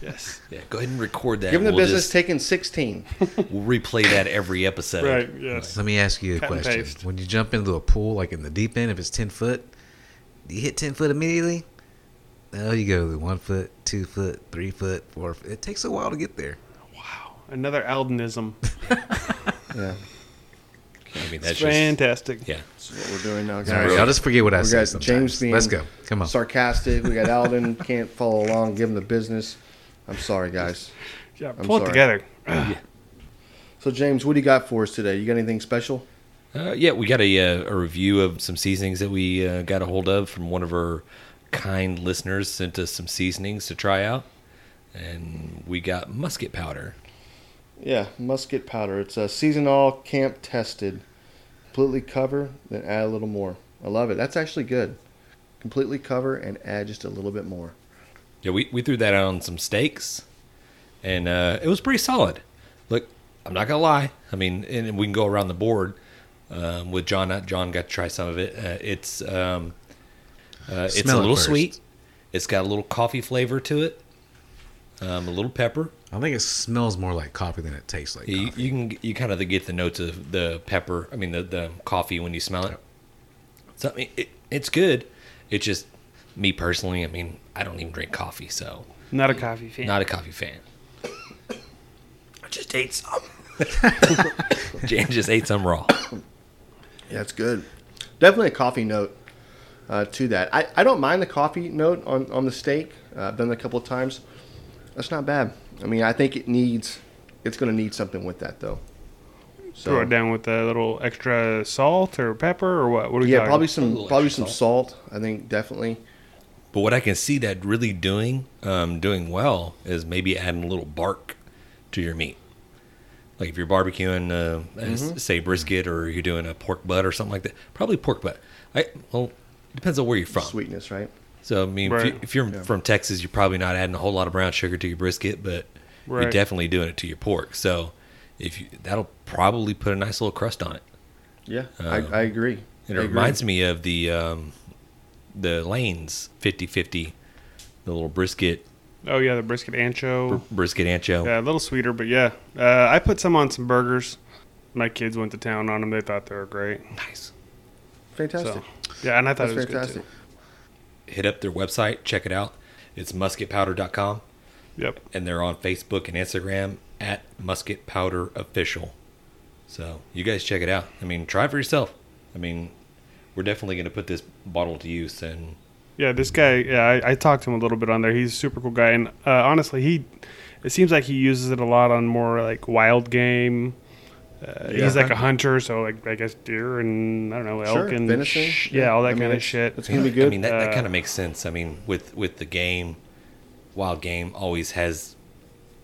S3: Yes.
S2: Yeah, go ahead and record that.
S5: Give them the
S2: we'll
S5: business
S2: just-
S5: taking 16.
S2: we'll replay that every episode.
S3: Right. Yes.
S4: Let me ask you a
S3: Cut and
S4: question.
S3: paste.
S4: When you jump into a pool, like in the deep end, if it's 10 foot, do you hit 10 foot immediately? No, you go to one foot, two foot, three foot, four foot. It takes a while to get there.
S3: Wow. Another Aldenism.
S5: Yeah.
S2: I mean, that's
S3: That's
S2: just
S3: fantastic.
S2: yeah.
S5: That's what we're doing now.
S4: All right, y'all just forget what I
S5: We
S4: said.
S5: got
S4: sometimes.
S5: James being
S4: Let's go. Come on.
S5: sarcastic. We got Alden can't follow along. Give him the business. I'm sorry, guys.
S3: Yeah.
S5: I'm
S3: Pull it
S5: sorry.
S3: together.
S5: So James, what do you got for us today? You got anything special?
S2: Uh, yeah, we got a, uh, a review of some seasonings that we uh, got a hold of from one of our kind listeners. Sent us some seasonings to try out, and we got musket powder.
S5: Yeah, musket powder. It's a season all camp tested. Completely cover, then add a little more. I love it. That's actually good. Completely cover and add just a little bit more.
S2: Yeah, we, we threw that out on some steaks, and uh, it was pretty solid. Look, I'm not gonna lie. I mean, and we can go around the board um, with John. Uh, John got to try some of it. Uh, it's um, uh, it's a
S4: Smell it
S2: little
S4: first.
S2: sweet. It's got a little coffee flavor to it. Um, a little pepper.
S4: I think it smells more like coffee than it tastes like
S2: Yeah, you,
S4: coffee.
S2: you can you kind of get the notes of the pepper. I mean, the, the coffee when you smell it. So I mean, it, it's good. It's just me personally. I mean, I don't even drink coffee, so
S3: Not a coffee fan.
S2: not a coffee fan. I just ate some. Jan just ate some raw.
S5: Yeah, it's good. Definitely a coffee note uh, to that. I, I don't mind the coffee note on, on the steak. Uh, I've done it a couple of times. That's not bad. I mean, I think it needs, it's going to need something with that, though. So,
S3: Throw it down with a little extra salt or pepper or what? What are we
S5: yeah,
S3: talking?
S5: probably
S2: A
S5: some
S2: little
S5: probably
S2: extra
S5: some salt. I think definitely.
S2: But what I can see that really doing, um, doing well, is maybe adding a little bark to your meat. Like if you're barbecuing, uh,
S5: Mm-hmm.
S2: s- say brisket, or you're doing a pork butt or something like that. Probably pork butt. I well, it depends on where you're from.
S5: Sweetness, right?
S2: So I mean,
S3: Right.
S2: if, you, are
S5: Yeah.
S2: from Texas, you're probably not adding a whole lot of brown sugar to your brisket, but you're
S3: Right.
S2: definitely doing it to your pork. So if you, that'll probably put a nice little crust on it.
S5: Yeah, I, I agree.
S2: And
S5: I
S2: Uh, it
S5: agree.
S2: reminds me of the um, the lanes 50-50, the little brisket
S3: Oh yeah, the brisket ancho.
S2: brisket ancho.
S3: Yeah, a little sweeter, but yeah. Uh, I put some on some burgers. My kids went to town on them. They thought they were great.
S2: Nice.
S5: fantastic.
S3: So yeah, and I thought
S5: That's
S3: it was
S5: fantastic.
S2: Hit up their website, check it out. It's musketpowder.com,
S3: good too. Yep.
S2: and they're on Facebook and Instagram at Musket Powder Official. So you guys check it out. I mean, try it for yourself. I mean, we're definitely going to put this bottle to use, and
S3: Yeah, this guy. Yeah, I, I talked to him a little bit on there. He's a super cool guy, and uh, honestly, he it seems like he uses it a lot on more like wild game. Uh,
S5: Yeah.
S3: He's like a hunter, so like I guess deer and I don't know elk
S5: Sure,
S3: and
S5: venison,
S3: sh-
S5: yeah.
S3: yeah, all
S5: I
S3: that
S5: mean,
S3: kind of
S5: it's-
S3: shit.
S5: it's gonna be good.
S2: I mean, that, that
S3: Uh,
S2: kind of makes sense. I mean, with with the game, wild game always has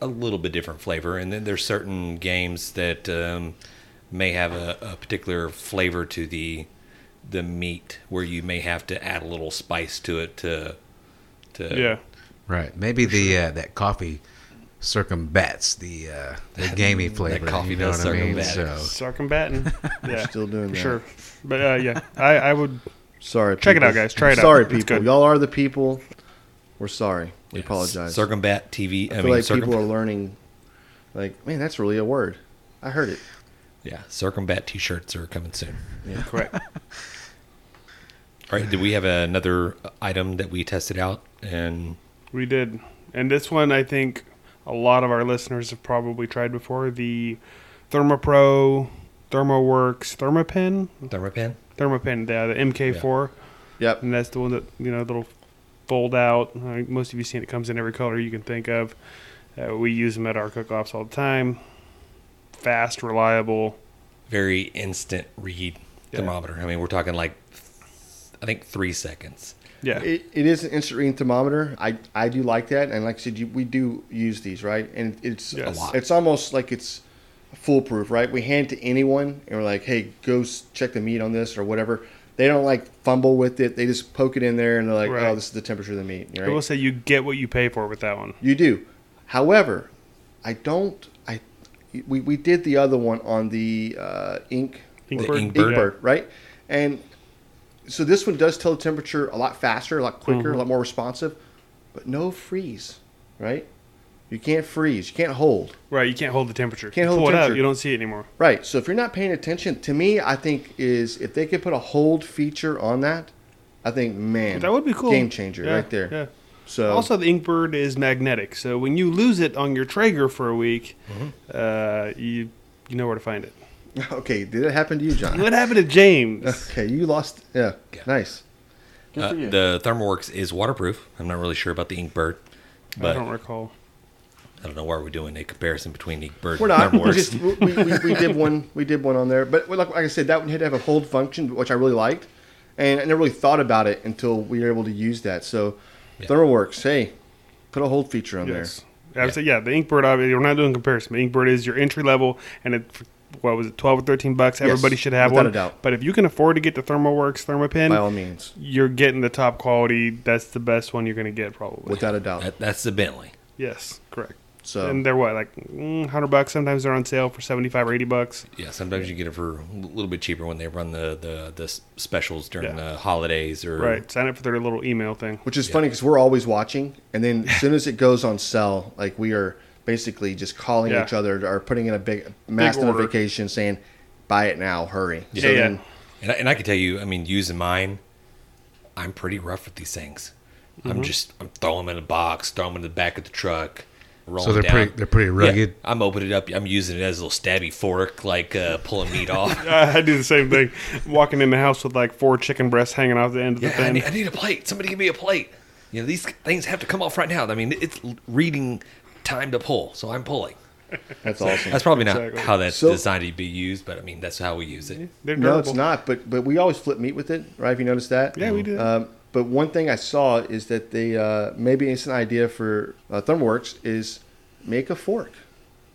S2: a little bit different flavor, and then there's certain games that um, may have a, a particular flavor to the the meat, where you may have to add a little spice to it to to
S3: yeah,
S4: Right. Maybe the uh, that coffee circumvents the uh, the gamey flavor.
S2: coffee
S4: you know
S2: does
S4: what I mean?
S2: circumvent it.
S4: So
S3: circumbating. yeah,
S5: Still doing
S3: for
S5: that.
S3: sure. But uh, yeah, I, I would.
S5: Sorry.
S3: Check it
S5: people.
S3: out, guys. Try it out.
S5: Sorry,
S3: It's
S5: people.
S3: good.
S5: Y'all are the people. We're sorry. We
S2: Yeah,
S5: apologize.
S2: Circumbat TV. I,
S5: I feel
S2: mean,
S5: like
S2: circum-
S5: people are learning. Like, man, that's really a word. I heard it.
S2: yeah, circumbat T-shirts are coming soon.
S5: Yeah.
S3: Correct.
S2: All right, did we have another item that we tested out and?
S3: We did. And this one, I think a lot of our listeners have probably tried before the Thermopro, ThermoWorks, Thermapen,
S2: Thermopan?
S3: Thermapen, yeah, the MK4.
S5: Yep.
S3: And that's the one that, you know, that'll fold out. I think most of you seen it comes in every color you can think of. Uh, we use them at our cook offs all the time. Fast, reliable.
S2: very instant read
S3: Yeah.
S2: thermometer. I mean, we're talking like I think three seconds.
S3: Yeah.
S5: It, it is an instant reading thermometer. I, I do like that, and like I said, you, we do use these, right? And it's
S3: Yes. A lot.
S5: it's almost like it's foolproof, right? We hand it to anyone, and we're like, hey, go s- check the meat on this or whatever. They don't like fumble with it. They just poke it in there, and they're like,
S3: Right.
S5: oh, this is the temperature of the meat.
S3: I
S5: Right?
S3: will say you get what you pay for with that one.
S5: You do. However, I don't. I we, we did the other one on the uh, ink
S2: The
S3: Inkbird?
S2: Inkbird.
S3: Yeah.
S5: bird, right? And so this
S2: Mm-hmm.
S5: one does tell the temperature a lot faster, a lot quicker, a lot more responsive, but no freeze, right? You can't freeze. You can't hold.
S3: Right, you can't hold the temperature.
S5: Can't
S3: You
S5: hold
S3: pull
S5: the
S3: it
S5: temperature.
S3: up, you don't see it anymore.
S5: Right. So if you're not paying attention, to me, I think is if they could put a hold feature on that, I think man,
S3: That would be cool.
S5: Game changer
S3: Yeah,
S5: right there.
S3: Yeah.
S5: So
S3: Also, the Inkbird is magnetic, so when you lose it on your Traeger for a week,
S5: Mm-hmm.
S3: uh, you you know where to find it.
S5: okay, did it happen to you, John?
S3: What happened to James?
S5: okay, you lost. Yeah.
S2: Yeah.
S5: Nice.
S2: Uh, the ThermaWorks is waterproof. I'm not really sure about the Inkbird, but
S3: I don't recall.
S2: I don't know why we're doing a comparison between Inkbird
S5: We're
S2: and
S5: not. We
S2: ThermaWorks.
S5: just we, we, we did one. We did one on there, but like, like I said, that one had to have a hold function, which I really liked, and I never really thought about it until we were able to use that. So, ThermalWorks, hey, put a hold feature on
S3: Yes. I would say yeah. The Inkbird, obviously, we're not doing comparison. The Inkbird is your entry level, and it what was it, twelve or thirteen bucks?
S5: Yes,
S3: Everybody should have
S5: without
S3: one.
S5: a doubt.
S3: But if you can afford to get the ThermoWorks
S5: there
S3: ThermaPen,
S5: by all means,
S3: you're getting the top quality. That's the best one you're going to get probably.
S5: without a doubt.
S2: That- that's the Bentley.
S3: yes, correct.
S5: So
S3: and they're what like mm, hundred bucks. Sometimes they're on sale for seventy five or eighty bucks.
S2: Yeah, sometimes you get it for a little bit cheaper when they run the the, the s- specials during
S3: Yeah.
S2: the holidays or
S3: Right. Sign up for their little email thing.
S5: which is funny funny because we're always watching, and then as soon as it goes on sale, like we are basically just calling
S3: Yeah.
S5: each other or putting in a big mass
S3: order.
S5: notification saying, "Buy it now, hurry!"
S3: Yeah, yeah.
S5: then-
S2: And I, and I can tell you, I mean, using mine, I'm pretty rough with these things.
S3: Mm-hmm.
S2: I'm just I'm throwing them in a box, throwing them in the back of the truck, rolling
S4: So they're
S2: down.
S4: pretty they're pretty
S2: Yeah,
S4: rugged.
S2: I'm opening it up. I'm using it as a little stabby fork, like uh, pulling meat off.
S3: I do the same thing. Walking in the house with like four chicken breasts hanging off the end of the
S2: yeah, I
S3: thing.
S2: need, I need a plate. Somebody give me a plate. You know, these things have to come off right now. I mean, it's l- reading time to pull, so I'm pulling.
S5: that's awesome.
S2: That's probably not
S3: Exactly.
S2: how that's
S5: So-
S2: designed to be used, but I mean, that's how we use it.
S3: They're
S5: No,
S3: durable.
S5: it's not. But but we always flip meat with it, right? If you notice that,
S3: Yeah, we do.
S5: Um, but one thing I saw is that they uh, maybe it's an idea for uh, ThermWorks is make a fork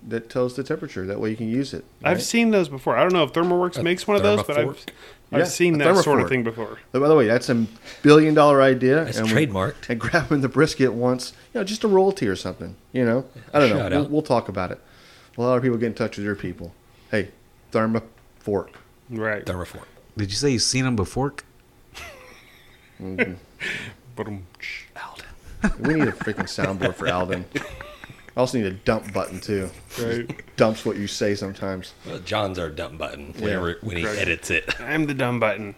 S5: that tells the temperature. That way you can use it.
S3: I've
S5: right?
S3: seen those before. I don't know if ThermaWorks makes one of those, but I've,
S2: Thermafork?
S3: I've
S5: Yeah, a
S3: seen that sort
S5: Thermafork.
S3: of thing before.
S5: But by the way, that's a billion dollar idea.
S2: That's
S5: we-
S2: trademarked.
S5: and grabbing the brisket once, you know, just a royalty or something. You know, I don't know.
S2: Shout
S5: We'll,
S2: out.
S5: we'll talk about it. A lot of people get in touch with your people. Hey, Therma fork.
S3: Right.
S2: Thermaform.
S4: Did you say you seen them before?
S3: Boom.
S2: Alden.
S5: We need a freaking soundboard for Alden. I also need a dump button too.
S3: Right.
S5: Dumps what you say sometimes.
S2: Well, John's our dumb button whenever when he
S3: Correct.
S2: edits it.
S3: I'm the dumb button.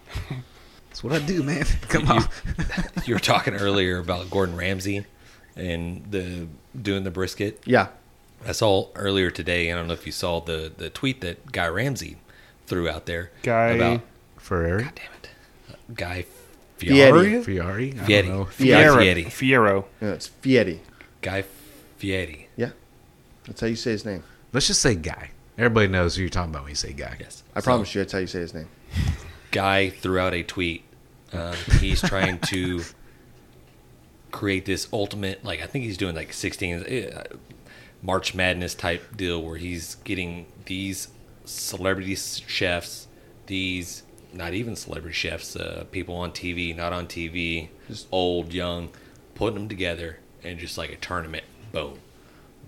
S4: That's what I do, man. Come on.
S2: you were talking earlier about Gordon Ramsay and the doing the brisket.
S5: Yeah.
S2: I saw earlier today. I don't know if you saw the the tweet that Guy Ramsay threw out there.
S3: Guy-
S2: about
S4: Ferrari.
S2: God damn it, Guy Fieri.
S5: Fieri.
S4: Fieri. I
S2: Fieri.
S4: don't know.
S2: Guy
S5: Fieri.
S2: Fieri.
S3: Fiero.
S5: Yeah, it's Fieri.
S2: Guy Fieri.
S5: Yeah. That's how you say his name.
S4: Let's just say guy. Everybody knows who you're talking about when you say guy.
S2: Yes,
S5: I
S2: So,
S5: promise you that's how you say his name.
S2: Guy threw out a tweet. Um, he's trying to create this ultimate, like I think he's doing like 16 eh, March Madness type deal where he's getting these celebrity s- chefs, these not even celebrity chefs, uh, people on TV, not on TV, just old, young, putting them together and just like a tournament. Boom,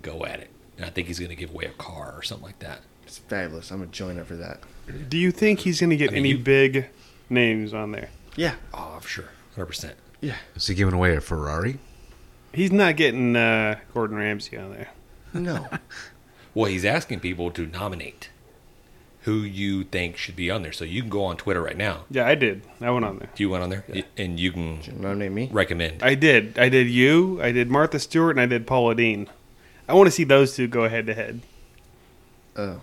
S2: go at it. And I think he's going to give away a car or something like that.
S5: It's fabulous. I'm a joiner for that.
S3: Do you think he's going to get
S2: I mean,
S3: any
S2: you-
S3: big names on there?
S5: Yeah.
S2: Oh, I'm sure, 100%.
S5: Yeah.
S4: Is he giving away a Ferrari?
S3: He's not getting uh, Gordon Ramsay on there.
S5: No.
S2: Well, he's asking people to nominate who you think should be on there. So you can go on Twitter right now.
S3: Yeah, I did. I went on there.
S2: You went on there, y- and you can
S5: Nominate me.
S2: recommend.
S3: I did. I did you. I did Martha Stewart, and I did Paula Dean. I want to see those two go head to head.
S5: Oh.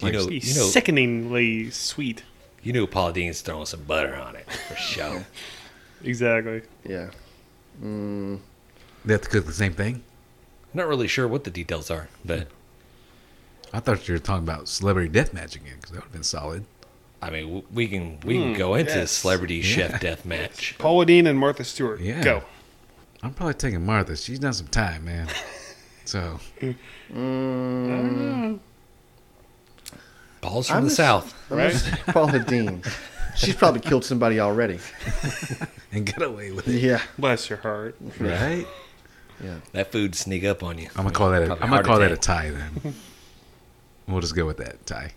S2: You know,
S3: He's
S2: you know,
S3: sickeningly sweet.
S2: you know, Paula Dean's throwing some butter on it for sure.
S3: Exactly.
S5: Yeah.
S4: They have to cook the same thing?
S2: Not really sure what the details are, but
S4: I thought you were talking about celebrity deathmatch again because that would have been solid.
S2: I mean, w- we can we can go into
S3: yes.
S2: celebrity
S4: Yeah.
S2: chef death match.
S3: Paula Dean and Martha Stewart.
S4: Yeah.
S3: Go.
S4: I'm probably taking Martha. She's done some time, man. so
S2: Paul's from
S5: I'm
S2: the
S5: just-
S2: south.
S3: Right?
S5: Paula Dean. She's probably killed somebody already.
S4: and get away with it,
S5: Yeah.
S3: Bless your heart.
S4: right?
S5: Yeah.
S2: That food sneak up on you.
S4: I'm gonna call that. A,
S2: Probably
S4: I'm gonna
S2: hard to
S4: call that a
S2: take.
S4: tie then. we'll just go with that tie.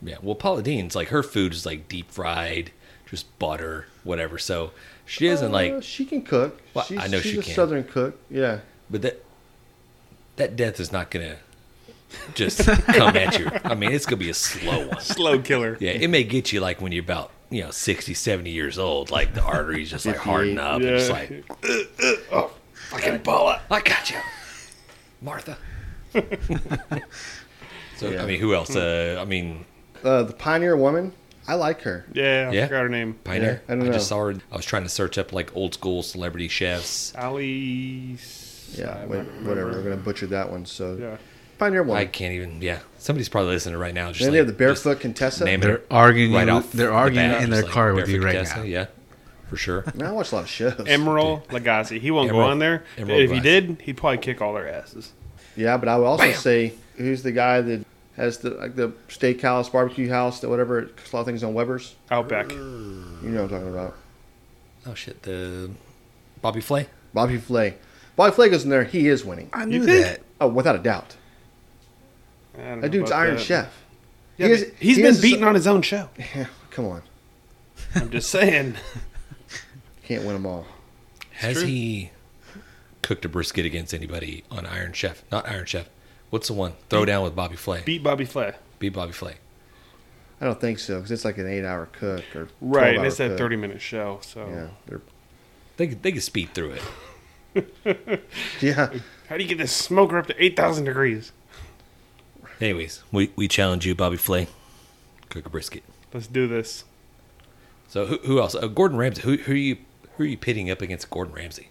S2: Yeah, well, Paula Deen's like her food is like deep fried, just butter, whatever. So she isn't
S5: Uh,
S2: like
S5: she can cook.
S2: Well,
S5: she's,
S2: I know
S5: she's
S2: she
S5: a
S2: can.
S5: southern cook. Yeah.
S2: But that that death is not gonna just come at you. I mean, it's gonna be a slow one.
S3: Slow killer.
S2: Yeah, it may get you like when you're about you know 60, 70 years old, like the arteries just like harden up and it's
S3: Yeah.
S2: like, oh fucking Paula, I got you, Martha. so I mean, who else? Uh, I mean,
S5: Uh, the pioneer woman. I like her.
S3: Yeah, I
S2: Yeah.
S3: forgot her name.
S2: Pioneer.
S5: Yeah, I don't
S2: just
S5: know.
S2: saw her. I was trying to search up like old school celebrity chefs.
S3: Ali.
S5: Yeah, wait, whatever. We're gonna butcher that one. So
S3: Yeah.
S5: pioneer
S2: I
S5: woman.
S2: can't even. Yeah, somebody's probably listening right now. Just
S5: Then
S2: like,
S5: they have the
S2: just
S5: barefoot Contessa.
S2: name
S4: They're
S2: it
S4: arguing
S2: right
S4: you-
S2: off.
S4: they're
S2: the
S4: arguing
S2: bat,
S4: in their
S2: just like
S4: car with
S2: barefoot
S4: you right
S2: contessa,
S4: now.
S2: Yeah, for sure.
S5: Man, I watch a lot of shows.
S3: Emerald Lagasse. He won't
S2: Emeril-
S3: go on there.
S2: Emeril
S3: if he
S2: Lagasse.
S3: did, he'd probably kick all their asses.
S5: yeah, but I would also
S2: Bam.
S5: say who's the guy that has the like the steakhouse, barbecue house, that whatever. A lot of things on Weber's.
S3: Outback.
S5: You know what I'm talking about.
S2: Oh shit, the Bobby Flay.
S5: Bobby Flay. Bobby Flay goes in there. He is winning.
S4: I
S3: You
S4: knew
S3: think?
S4: that.
S5: Oh, without a doubt.
S3: I don't know
S5: That dude's
S3: about
S5: Iron
S3: that.
S5: Chef.
S3: Yeah,
S5: He is-
S3: but he's
S5: he
S3: been
S5: is-
S3: beaten on his own show.
S5: Come on,
S3: I'm just saying.
S5: can't win them all.
S2: Has
S3: true.
S2: he cooked a brisket against anybody on Iron Chef? Not Iron Chef. What's the one? Throwdown with Bobby Flay. Beat,
S3: Beat Bobby Flay.
S2: Bobby Flay.
S5: I don't think so because it's like an eight-hour cook or
S3: Right, and
S5: 12-hour
S3: it's that
S5: cook.
S3: 30 minute show. So
S5: Yeah, they're-
S2: They could- they could speed through it.
S5: yeah.
S3: how do you get this smoker up to 8,000 degrees?
S2: Anyways, we, we challenge you, Bobby Flay. Cook a brisket.
S3: Let's do this.
S2: So who, who else? Uh, Gordon Ramsay. Who who are you who are you pitting up against Gordon Ramsay?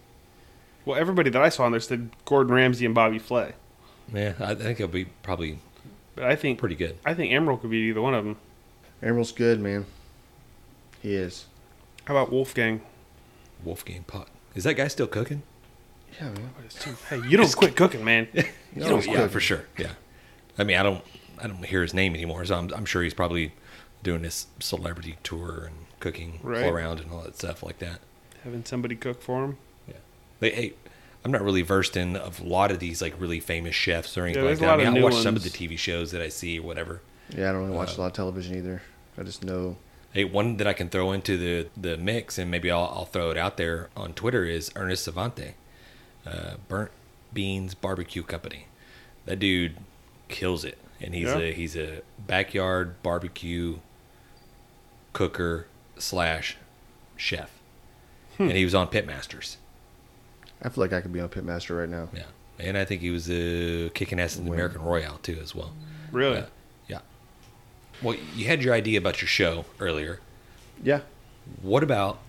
S3: Well, everybody that I saw on there said Gordon Ramsay and Bobby Flay,
S2: Yeah, I think it'll be probably
S3: but I think
S2: pretty good.
S3: I think Emerald could be either one of them.
S5: Emerald's good, man. He is.
S3: How about Wolfgang?
S2: Wolfgang Pot. Is that guy still cooking?
S5: Yeah, man.
S3: Hey, you don't quit cooking, man.
S5: He
S2: You know,
S5: always
S2: Oh, yeah,
S5: cook.
S2: for sure. Yeah. I mean, I don't I don't hear his name anymore, so I'm I'm sure he's probably doing this celebrity tour and cooking
S3: Right.
S2: all around and all that stuff like that.
S3: Having somebody cook for him.
S2: They, hey, I'm not really versed in of a lot of these like really famous chefs or anything like
S3: there's a
S2: that. I,
S3: lot
S2: mean,
S3: of
S2: I
S3: new
S2: watch some of the
S3: ones.
S2: TV shows that I see or whatever.
S5: Yeah, I don't really watch a lot of television either. I just know.
S2: Hey, one that I can throw into the, the mix and maybe I'll, I'll throw it out there on Twitter is Ernest Savante, uh, Burnt Beans Barbecue Company. That dude kills it, and he's
S3: Yeah.
S2: a he's a backyard barbecue cooker slash chef,
S3: Hmm.
S2: and he was on Pitmasters.
S5: I feel like I could be on Pitmaster right now.
S2: Yeah, and I think he was uh, kicking ass in the
S5: Win.
S2: American Royale too as well.
S3: Really?
S2: Yeah. yeah. Well, you had your idea about your show earlier.
S5: Yeah.
S2: What about?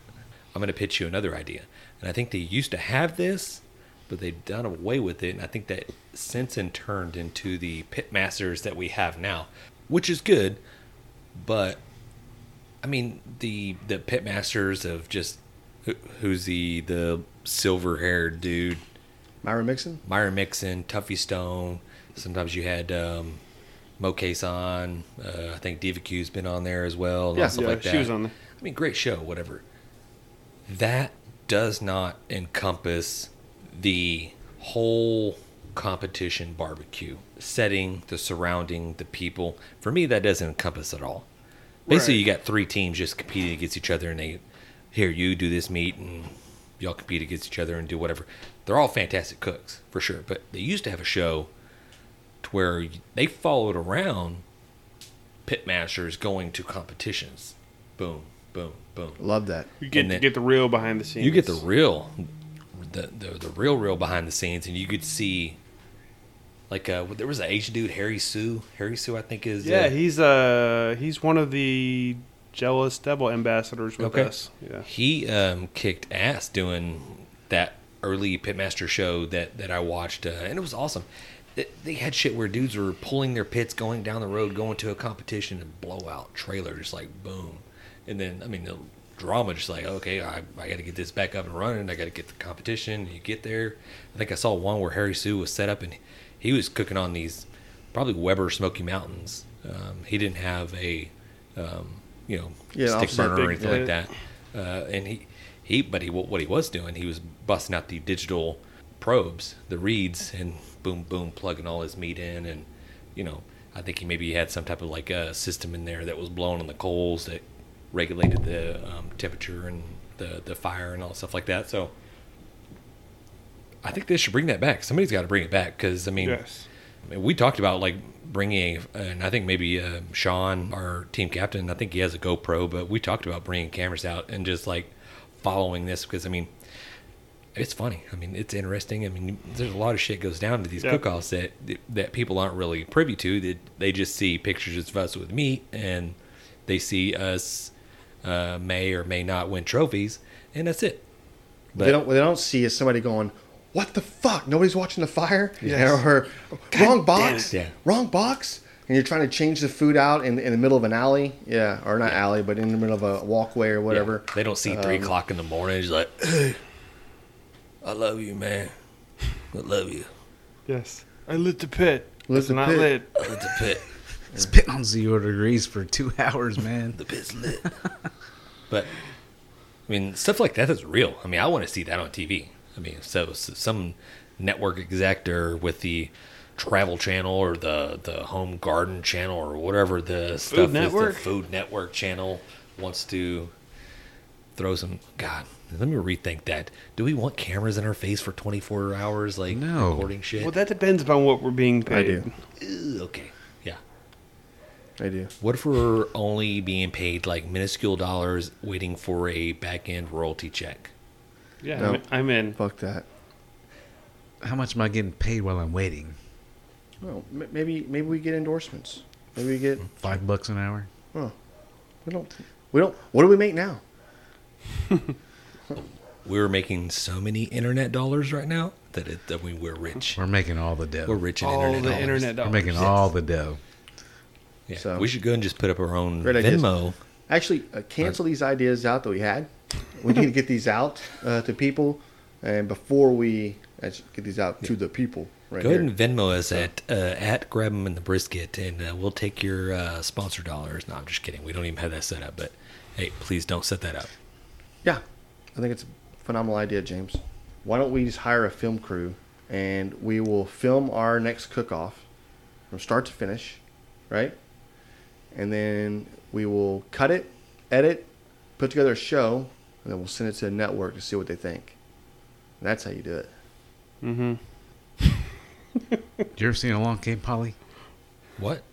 S2: I'm going to pitch you another idea, and I think they used to have this, but they've done away with it, and I think that since then turned into the pit masters that we have now, which is good, but I mean the the pit masters of just who, who's the the silver haired dude
S5: Myron Mixon?
S2: Myron Mixon, Tuffy Stone. Sometimes you had um, Mo Case on. Uh, I think Diva Q's been on there as well. and
S5: Yeah,
S2: stuff
S3: yeah,
S2: like
S3: she
S2: that.
S3: was on there.
S2: I mean, great show, whatever. That does not encompass the whole competition barbecue setting, the surrounding, the people. For me, that doesn't encompass it all. Basically,
S3: Right.
S2: you got three teams just competing against each other, and they here you do this meet, and y'all compete against each other and do whatever. They're all fantastic cooks for sure, but they used to have a show to where they followed around pitmasters going to competitions. Boom, boom, boom.
S5: Love that.
S3: You get
S2: And
S3: to
S2: then-
S3: get the real behind the scenes.
S2: You get the real, the, the the real real behind the scenes, and you could see, like, uh, there was an Asian dude, Harry Sue. Harry Sue, I think is.
S3: Yeah,
S2: uh,
S3: he's uh he's one of the jealous devil ambassadors with
S2: Okay.
S3: us. Yeah.
S2: He um, kicked ass doing that early Pitmaster show that, that I watched, uh, and it was awesome. They- They had shit where dudes were pulling their pits, going down the road, going to a competition, and blowout trailer, just like boom. And then, I mean, the drama, just like, okay, I, I got to get this back up and running. I got to get the competition. You get there. I think I saw one where Harry Sue was set up, and he was cooking on these probably Weber Smoky Mountains. Um, he didn't have a, um, you know,
S5: Yeah,
S2: stick
S5: offset
S2: burner
S5: big
S2: or anything
S3: bit.
S2: like that uh, and he he but he what he was doing he was busting out the digital probes the reads and boom boom plugging all his meat in and you know i think he maybe had some type of like a system in there that was blowing on the coals that regulated the um, temperature and the the fire and all stuff like that so I think they should bring that back. Somebody's got to bring it back because I mean,
S3: Yes.
S2: I mean, we talked about like bringing, a, and I think maybe uh, Sean, our team captain, I think he has a GoPro, but we talked about bringing cameras out and just like following this because I mean, it's funny. I mean, it's interesting. I mean, there's a lot of shit goes down to these
S3: Yeah.
S2: cook-offs that that people aren't really privy to. That they just see pictures of us with meat, and they see us uh, may or may not win trophies, and that's it. But
S5: they don't what they don't see is somebody going, "What the fuck? Nobody's watching the fire." Or, wrong box.
S2: damn it. Yeah.
S5: Wrong box. And you're trying to change the food out in, in the middle of an alley, yeah, or not alley, but in the middle of a walkway or
S2: Yeah,
S5: whatever.
S2: They don't see three o'clock in the morning. It's like, I love you, man. I love you.
S3: Yes. I lit the pit.
S5: Lit
S3: It's
S5: the
S3: not
S5: pit.
S3: lit.
S2: I lit the pit.
S4: It's been on zero degrees for two hours, man.
S2: The pit's lit. but I mean, stuff like that is real. I mean, I want to see that on TV. I mean, so, so some network executor with the Travel Channel or the the Home Garden Channel or whatever the stuff is,
S3: Network?
S2: the Food Network Channel wants to throw some. God, let me rethink that. Do we want cameras in our face for twenty four hours, like
S4: No.
S2: recording shit?
S3: Well, that depends upon what we're being paid.
S5: I do.
S2: Ew, okay, yeah.
S5: I do.
S2: What if we're only being paid like minuscule dollars, waiting for a back end royalty check?
S3: Yeah,
S5: No.
S3: I'm, I'm in.
S5: Fuck that.
S4: How much am I getting paid while I'm waiting?
S5: Well, m- maybe maybe we get endorsements. Maybe we get
S2: Mm-hmm.
S4: Five bucks an hour?
S5: we don't we don't. What do we make now?
S2: We're making so many internet dollars right now that it, that we we're rich.
S4: We're making all the dough.
S2: We're rich in
S3: All
S2: internet
S3: the
S2: dollars.
S3: internet
S4: We're
S3: dollars.
S4: making all the dough.
S2: Yeah.
S5: So-
S2: We should go and just put up our own
S5: Great ideas.
S2: Venmo.
S5: Actually, uh, cancel these ideas out that we had. We need to get these out uh, to people, and before we actually get these out to the people, right
S2: Go
S5: here.
S2: ahead and Venmo us at uh, at Grab 'em and the Brisket, and uh, we'll take your uh, sponsor dollars. No, I'm just kidding. We don't even have that set up, but hey, please don't set that up.
S5: Yeah, I think it's a phenomenal idea, James. Why don't we just hire a film crew and we will film our next cook off from start to finish, right? And then we will cut it, edit, put together a show, and then we'll send it to the network to see what they think. And that's how you do it.
S3: Mm-hmm.
S4: You ever seen Along Came Polly?
S2: What?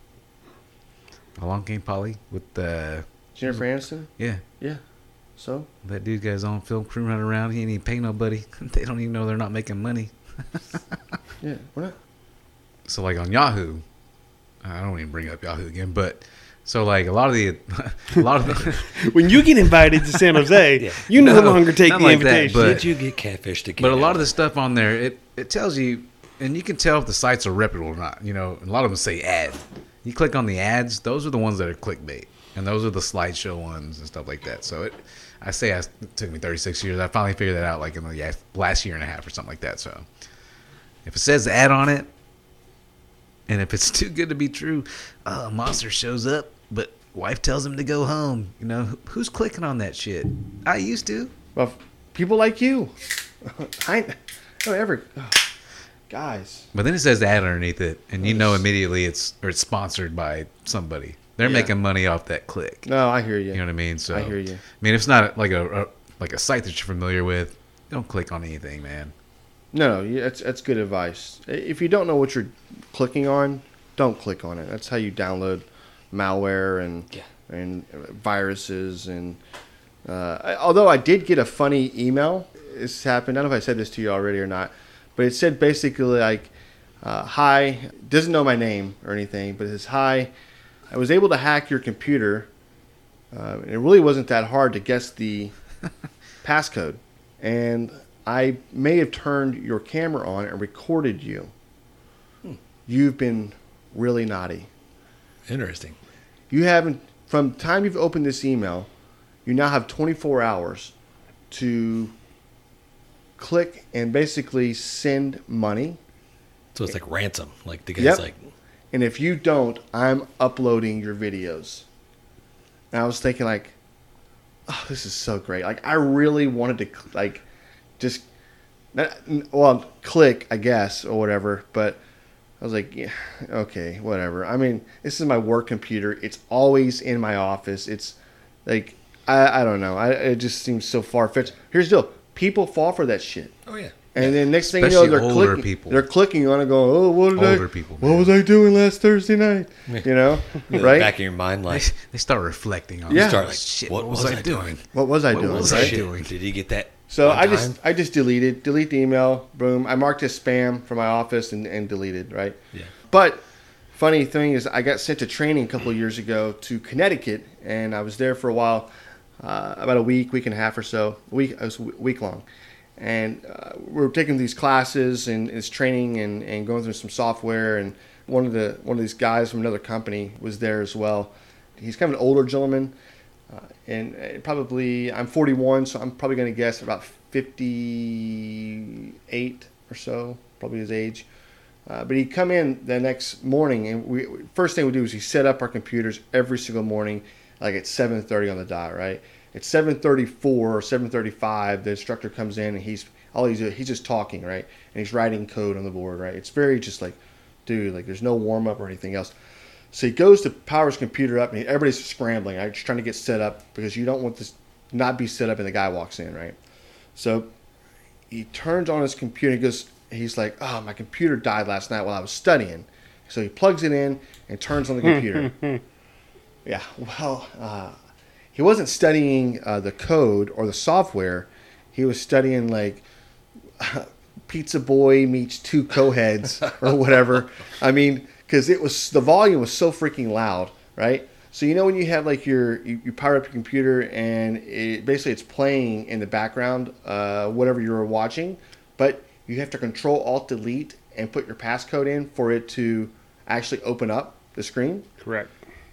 S4: Along Came Polly with the
S5: Jennifer Aniston?
S4: yeah.
S5: Yeah. So?
S4: That dude got his own film crew running around. He ain't even pay nobody. they don't even know they're not making money.
S5: Yeah, we're not.
S4: so like on Yahoo, I don't even bring up Yahoo again, but so like a lot of the, a lot of the,
S3: When you get invited to San Jose,
S2: Yeah.
S3: you no,
S4: No,
S3: longer take
S4: not
S3: the
S4: like that,
S3: invitation.
S4: But-
S2: Did you get catfished again?
S4: but a lot of the stuff on there, it it tells you, and you can tell if the sites are reputable or not. You know, a lot of them say ad. You click on the ads; those are the ones that are clickbait, and those are the slideshow ones and stuff like that. So it, I say, I, it took me 36 years. I finally figured that out, like in the yeah, last year and a half or something like that. So if it says ad on it, and if it's too good to be true, uh, monster shows up, but wife tells him to go home. You know, who- who's clicking on that shit? I used to.
S5: Well, people like you. I, I don't ever. oh, guys.
S4: But then it says ad underneath it, and you know
S5: Yes.
S4: immediately it's or it's sponsored by somebody. They're
S5: Yeah.
S4: making money off that click.
S5: No, I hear you.
S4: You know what I mean? So
S5: I hear you.
S4: I mean, if it's not like a, a like a site that you're familiar with, don't click on anything, man.
S5: No, no, that's that's good advice. I- If you don't know what you're clicking on, don't click on it. That's how you download malware and
S2: Yeah.
S5: and viruses and. Uh, I, although I did get a funny email, this happened. I don't know if I said this to you already or not, but it said basically like, uh, "Hi," doesn't know my name or anything, but it says, "Hi, I was able to hack your computer. Uh, and it really wasn't that hard to guess the passcode, and I may have turned your camera on and recorded you. You've been really naughty.
S2: interesting.
S5: You haven't from the time you've opened this email, you now have 24 hours to click and basically send money.
S2: So it's like ransom. Like the guy's
S5: Yep.
S2: like,
S5: And if you don't, I'm uploading your videos. And I was thinking like, oh, this is so great. Like I really wanted to cl- like just not- n- well, click, I guess, or whatever, but I was like, yeah, okay, whatever. I mean, this is my work computer. It's always in my office. It's like I, I don't know. I it just seems so far fetched. Here's the deal. People fall for that shit.
S2: oh yeah.
S5: And then next thing you
S4: Especially
S5: know, they're
S4: older
S5: clicking.
S4: people.
S5: They're clicking on it, going, "Oh, what did I?
S4: Older people,
S5: what
S4: man.
S5: was I doing last Thursday night? You know,
S2: In the
S5: right?
S2: back of your mind, like,
S4: They start reflecting on.
S5: Yeah.
S4: it.
S5: Start
S4: like,
S2: like,
S4: shit. What, was, I doing?
S5: what was I
S4: What
S5: doing?
S4: was I
S5: right?
S2: shit,
S4: doing?
S2: did he get that?
S5: So
S2: on
S5: I
S2: time?
S5: just I just deleted, delete the email, boom. I marked as spam from my office and, and deleted, right?
S2: Yeah.
S5: But funny thing is I got sent to training a couple years ago to Connecticut and I was there for a while, uh, about a week, week and a half or so. Week it was a week long. And uh, we were taking these classes and it's training and, and going through some software and one of the one of these guys from another company was there as well. He's kind of an older gentleman and uh, probably I'm 41, so I'm probably going to guess about 58 or so, probably his age. Uh, but he'd come in the next morning, and we first thing we do is he set up our computers every single morning, like at 7:30 on the dot, right? At 7:34 or 7:35, the instructor comes in and he's all he's doing, he's just talking, right? And he's writing code on the board, right? It's very just like, dude, like there's no warm up or anything else. So he goes to power his computer up, and everybody's scrambling, right? Just trying to get set up because you don't want this not be set up, and the guy walks in, right? So he turns on his computer. He goes, he's like, "Oh, my computer died last night while I was studying." So he plugs it in and turns on the computer. yeah, well, uh, he wasn't studying uh, the code or the software. He was studying like Pizza Boy meets two co-heads or whatever. I mean, because it was the volume was so freaking loud, right? So you know when you have like your you, you power up your computer and it basically it's playing in the background uh, whatever you're watching, but you have to Control Alt Delete and put your passcode in for it to actually open up the screen.
S3: Correct.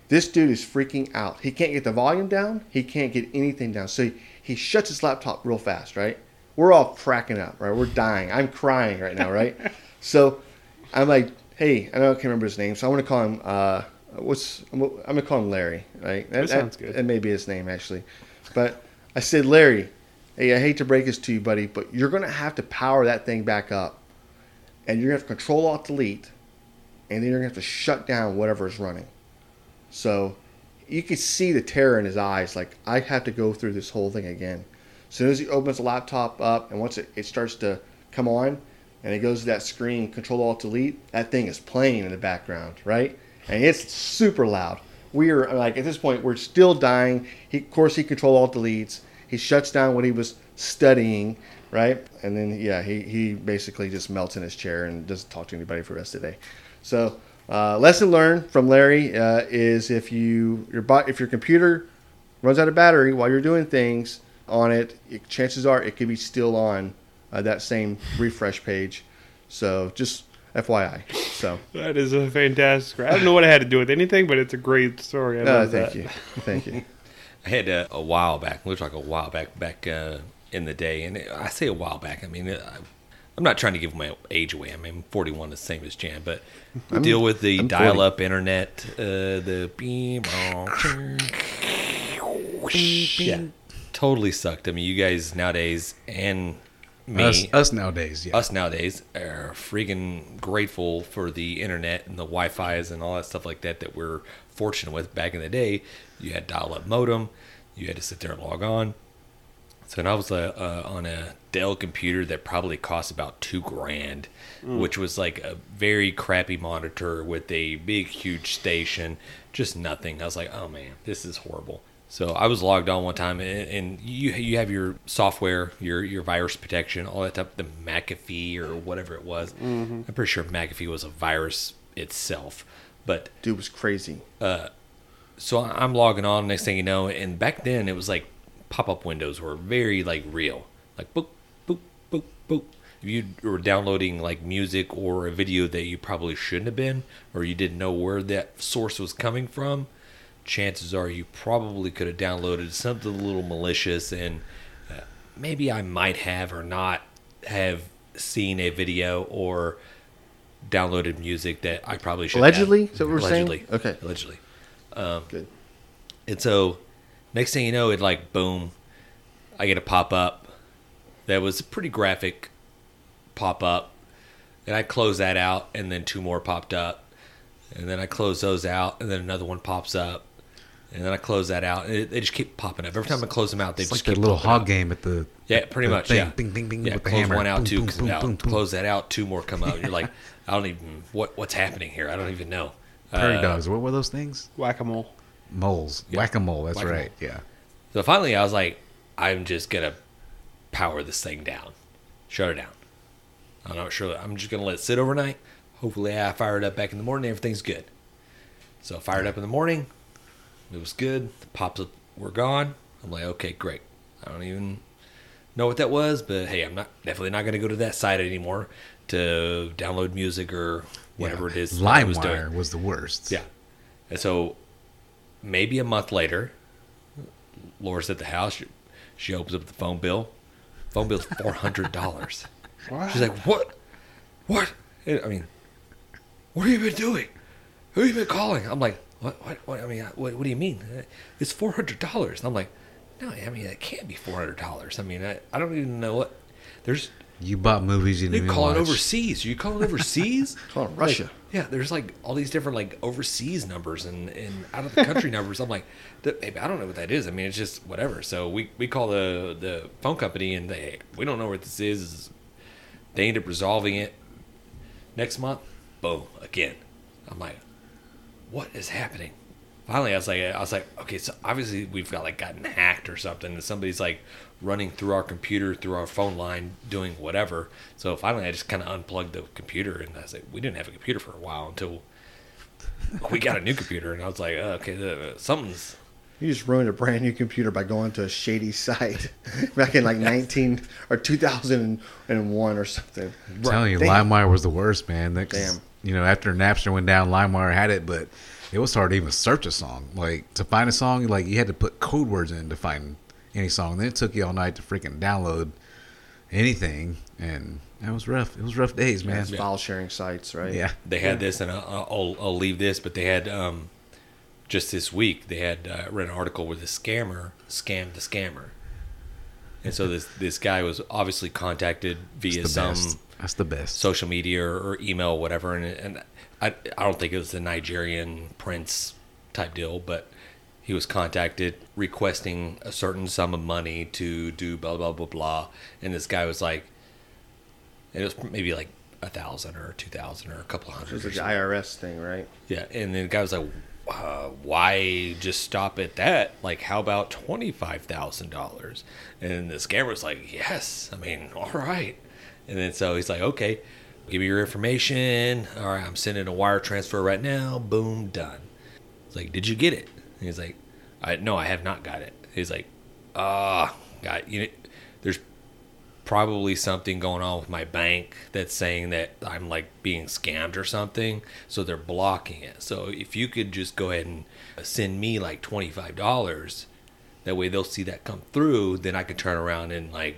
S5: This dude is freaking out. He can't get the volume down. He can't get anything down. So he, he shuts his laptop real fast, right? We're all cracking up, right? We're dying. I'm crying right now, right? so I'm like, hey, I know I can't remember his name, so I'm gonna call him. Uh, what's I'm gonna call him Larry, right? That,
S3: sounds
S5: that-
S3: good.
S5: That may be his name actually, but I said, Larry, hey, I hate to break this to you, buddy, but you're gonna have to power that thing back up, and you're gonna have to Control Alt Delete, and then you're gonna have to shut down whatever is running. So you could see the terror in his eyes. Like, I have to go through this whole thing again. As soon as he opens the laptop up and once it, it starts to come on and it goes to that screen, Control Alt Delete, that thing is playing in the background, right? And it's super loud. We're like, at this point, we're still dying. He, of course, he Control Alt Deletes. He shuts down what he was studying, right? And then, yeah, he, he basically just melts in his chair and doesn't talk to anybody for the rest of the day. So, uh, lesson learned from Larry uh, is if you your bo- if your computer runs out of battery while you're doing things on it, it chances are it could be still on uh, that same refresh page. So just FYI. So uh,
S3: That is a fantastic. I don't know what I had to do with anything, but it's a great story. I
S5: uh,
S3: love
S5: thank
S3: that.
S5: you, thank you.
S2: I had uh, a while back. We were talking a while back, back uh, in the day, and I say a while back. I mean, I, I'm not trying to give my age away. I mean, I'm 41, the same as Jan, but we deal with the
S5: I'm 40.
S2: dial-up internet, uh, the beam, oh, yeah, totally sucked. I mean, you guys nowadays and me,
S4: Us, us nowadays, yeah.
S2: us nowadays are freaking grateful for the internet and the Wi-Fi's and all that stuff like that that we're fortunate with. Back in the day, you had dial-up modem, you had to sit there and log on. So and I was uh, uh, on a Dell computer that probably cost about two grand, which was like a very crappy monitor with a big, huge station, just nothing. I was like, oh man, this is horrible. So I was logged on one time, and, and you you have your software, your your virus protection, all that type, the McAfee or whatever it was. I'm pretty sure McAfee was a virus itself, but
S5: Dude was crazy.
S2: so I- I'm logging on. Next thing you know, and back then it was like pop-up windows were very like real, like boop boop boop boop. If you were downloading like music or a video that you probably shouldn't have been, or you didn't know where that source was coming from, chances are you probably could have downloaded something a little malicious, and uh, maybe I might have or not have seen a video or downloaded music that I probably should have.
S5: Allegedly? Is that what we're saying?
S2: allegedly
S5: Okay. Um,
S2: allegedly. Um,
S5: Good.
S2: And so, next thing you know, it like boom, I get a pop up. That was a pretty graphic pop up, and I closed that out, and then two more popped up, and then I closed those out, and then another one pops up, and then I close that out. It, they just keep popping up every time I close them out. They
S4: It's like
S2: just
S4: that
S2: keep
S4: little
S2: popping
S4: hog
S2: up.
S4: game at the
S2: Yeah, pretty
S4: the
S2: much.
S4: thing,
S2: yeah,
S4: bing bing bing
S2: Yeah,
S4: with the
S2: close
S4: hammer.
S2: one out,
S4: Boom,
S2: two
S4: boom,
S2: comes
S4: boom,
S2: out.
S4: boom, boom.
S2: Close that out, two more come out. You're like, I don't even what what's happening here. I don't even know.
S4: Prairie
S2: Uh,
S4: dogs. What were those things?
S3: Whack a mole.
S4: Moles.
S2: Yeah.
S4: Whack a mole. That's
S2: Whack-a-mole.
S4: right. Yeah.
S2: So finally, I was like, I'm just gonna power this thing down, shut it down. I'm not sure. I'm just gonna let it sit overnight. Hopefully, I fire it up back in the morning. Everything's good. So I fired up in the morning. It was good. The pops up were gone. I'm like, okay, great. I don't even know what that was, but hey, I'm not definitely not gonna go to that site anymore to download music or whatever it is. that I was doing.
S4: LimeWire was the worst.
S2: Yeah. And so maybe a month later, Laura's at the house. She, she opens up the phone bill. Phone bill's four hundred dollars. She's like, "What? What? And, I mean, what have you been doing? Who have you been calling?" I'm like, "What? What? what I mean, I- what, what do you mean? Uh, It's four hundred dollars." And I'm like, "No, I mean, it can't be four hundred dollars. I mean, I, I don't even know what there's.
S4: You bought movies you
S2: They
S4: didn't even
S2: call it
S4: watch.
S2: overseas. Are you calling overseas?
S5: Call it Russia.
S2: Yeah, there's like all these different like overseas numbers and, and out of the country numbers. I'm like, "Th- babe, I don't know what that is. I mean, it's just whatever. So we, we call the the phone company and they we don't know what this is. They end up resolving it next month. Boom again. I'm like, what is happening? Finally, I was like, I was like, okay, so obviously we've got like gotten hacked or something, and somebody's like running through our computer, through our phone line, doing whatever. So finally, I just kind of unplugged the computer, and I was like, we didn't have a computer for a while until we got a new computer, and I was like, uh, okay, uh, something's
S5: You just ruined a brand new computer by going to a shady site back in like 19 or 2001 or something.
S4: I'm telling you,
S5: Damn.
S4: LimeWire was the worst, man. That, 'cause,
S5: Damn.
S4: You know, after Napster went down, LimeWire had it, but it was hard to even search a song. Like to find a song, like you had to put code words in to find any song. Then it took you all night to freaking download anything, and that was rough. It was rough days, man.
S5: That's file sharing sites, right?
S4: Yeah.
S2: they had this, and I'll, I'll, I'll leave this, but they had um, just this week they had uh, read an article where the scammer scammed the scammer, and so this this guy was obviously contacted
S4: It's
S2: via
S4: the
S2: some
S4: best. That's the best.
S2: social media or, or email, or whatever, and and I I don't think it was the Nigerian prince type deal, but he was contacted requesting a certain sum of money to do blah blah blah blah, and this guy was like, it was maybe like a thousand or two thousand or a couple
S5: It
S2: hundred.
S5: was
S2: or
S5: like the
S2: something.
S5: IRS thing, right?
S2: Yeah, and then the guy was like, uh, "Why just stop at that? Like, how about twenty five thousand dollars?" And the scammer was like, "Yes, I mean, all right." And then so he's like, "Okay, give me your information. All right, I'm sending a wire transfer right now. Boom, done." It's like, "Did you get it?" And he's like, "I no, I have not got it." He's like, "Ah, got you." Know, there's probably something going on with my bank that's saying that I'm like being scammed or something. So they're blocking it. So if you could just go ahead and send me like $25, that way they'll see that come through. Then I can turn around and like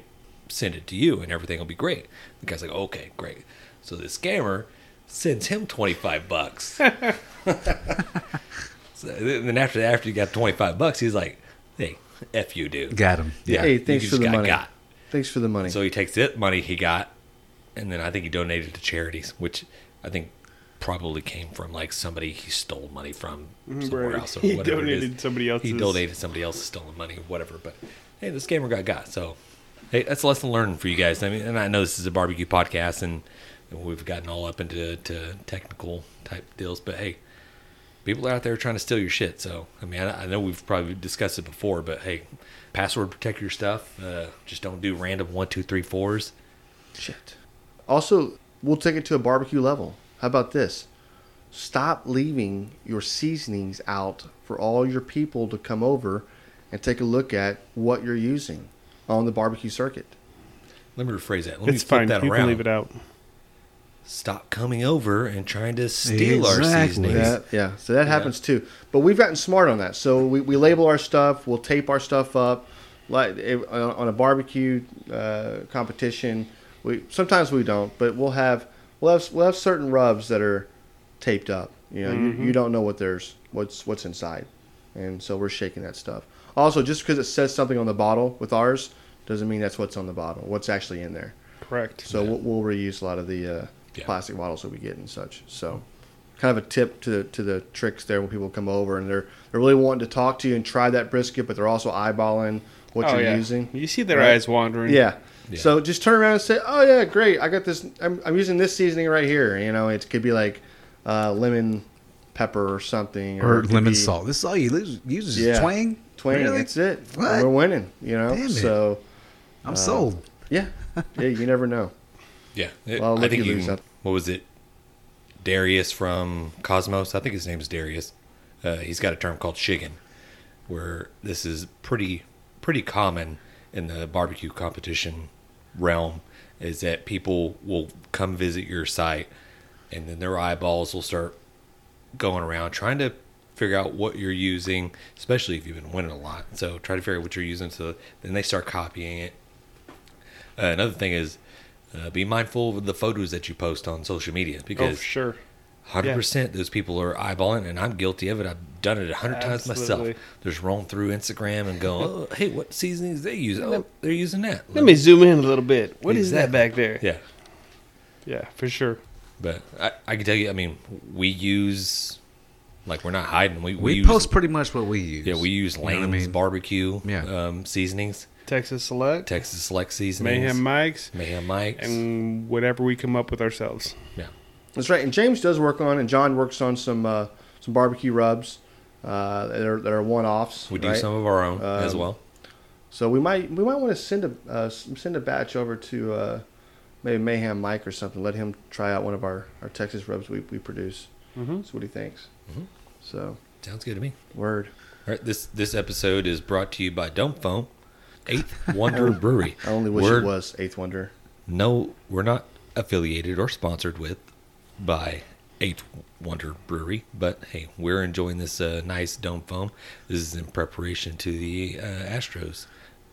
S2: send it to you and everything will be great. The guy's like, okay, great. So the scammer sends him 25 bucks. so then then after after you got 25 bucks, he's like, hey, F you, dude.
S4: Got him. Yeah.
S5: Hey, thanks
S2: just
S5: for the
S2: got
S5: money.
S2: got.
S5: Thanks for the money.
S2: So he takes that money he got, and then I think he donated to charities, which I think probably came from like somebody he stole money from somewhere
S3: Mm-hmm. Right.
S2: else or
S3: He
S2: whatever. it is.
S3: donated somebody else's-
S2: He donated somebody else's stolen money, whatever. But hey, the scammer got got. So hey, that's a lesson learned for you guys. I mean, and I know this is a barbecue podcast, and, and we've gotten all up into to technical type deals, but hey. People are out there trying to steal your shit. So, I mean, I, I know we've probably discussed it before, but hey, password protect your stuff. Uh, just don't do random one, two, three, fours.
S5: Shit. Also, we'll take it to a barbecue level. How about this? Stop leaving your seasonings out for all your people to come over and take a look at what you're using on the barbecue circuit.
S2: Let me rephrase that. Let
S3: It's
S2: me flip
S3: fine.
S2: that
S3: you
S2: around.
S3: can leave it out.
S2: Stop coming over and trying to steal our
S4: Exactly.
S2: seasonings.
S5: That, yeah, so that happens too. But we've gotten smart on that. So we, we label our stuff, we'll tape our stuff up. Like eh, on on a barbecue uh, competition, we sometimes we don't, but we'll have we'll have we'll have certain rubs that are taped up. You know, you, you don't know what there's what's what's inside, and so we're shaking that stuff. Also, just because it says something on the bottle with ours doesn't mean that's what's on the bottle. What's actually in there.
S3: Correct.
S5: So we'll, we'll reuse a lot of the uh,
S2: Yeah.
S5: plastic bottles that we get and such. So kind of a tip to the to the tricks there when people come over and they're they're really wanting to talk to you and try that brisket, but they're also eyeballing what
S3: Oh,
S5: you're
S3: yeah.
S5: using.
S3: You see their
S5: right?
S3: eyes wandering.
S5: Yeah.
S2: Yeah.
S5: So just turn around and say, "Oh yeah, great! I got this. I'm, I'm using this seasoning right here. You know, it could be like uh, lemon pepper or something,
S4: or
S5: it could
S4: lemon
S5: be
S4: salt. This is all you lose, use is
S5: Yeah.
S4: twang.
S5: Twang.
S4: Really?
S5: That's it.
S4: What?
S5: We're winning. You know.
S4: Damn it.
S5: so
S4: I'm sold.
S5: yeah, yeah. You never know.
S2: Yeah, it-
S5: Well,
S2: I
S5: look,
S2: think
S5: you
S2: you.
S5: lose
S2: can-
S5: that.
S2: What was it? Darius from Cosmos. I think his name's Darius. Uh, he's got a term called shiggin, where this is pretty pretty common in the barbecue competition realm. Is that people will come visit your site, and then their eyeballs will start going around trying to figure out what you're using, especially if you've been winning a lot. So try to figure out what you're using. So then they start copying it. Uh, another thing is uh, be mindful of the photos that you post on social media
S3: Oh,
S2: because
S3: sure.
S2: 100% those people are eyeballing, and I'm guilty of it. I've done it 100 times myself.
S3: Absolutely.
S2: Just rolling through Instagram and going, oh, hey, what seasonings they use? Oh, they're using that.
S3: Let me zoom in a little bit. What is that
S2: Exactly.
S3: back there?
S2: Yeah.
S3: Yeah, for sure.
S2: But I, I can tell you, I mean, we use, like, we're not hiding. We, we,
S4: We,
S2: use,
S4: post pretty much what we use.
S2: Yeah, we use Lane's
S4: I mean?
S2: barbecue
S4: Yeah.
S2: um, seasonings,
S3: Texas Select,
S2: Texas Select seasonings,
S3: Mayhem Mikes,
S2: Mayhem Mike's.
S3: and whatever we come up with ourselves.
S2: yeah.
S5: That's right. And James does work on, and John works on some uh, some barbecue rubs uh, that are that are one offs.
S2: We do some of our own as
S5: Um,
S2: well.
S5: So we might we might want to send a uh, s- send a batch over to uh, maybe Mayhem Mike or something. Let him try out one of our, our Texas rubs we, we produce.
S3: Mhm.
S5: See what he thinks.
S2: Mm-hmm.
S5: So
S2: Sounds good to me.
S5: word.
S2: All right, this this episode is brought to you by Dome Foam, Eighth Wonder Brewery.
S5: I only wish
S2: we're,
S5: it was Eighth Wonder.
S2: No, we're not affiliated or sponsored with by Eighth Wonder Brewery, but hey, we're enjoying this uh, nice Dome Foam. This is in preparation to the uh, Astros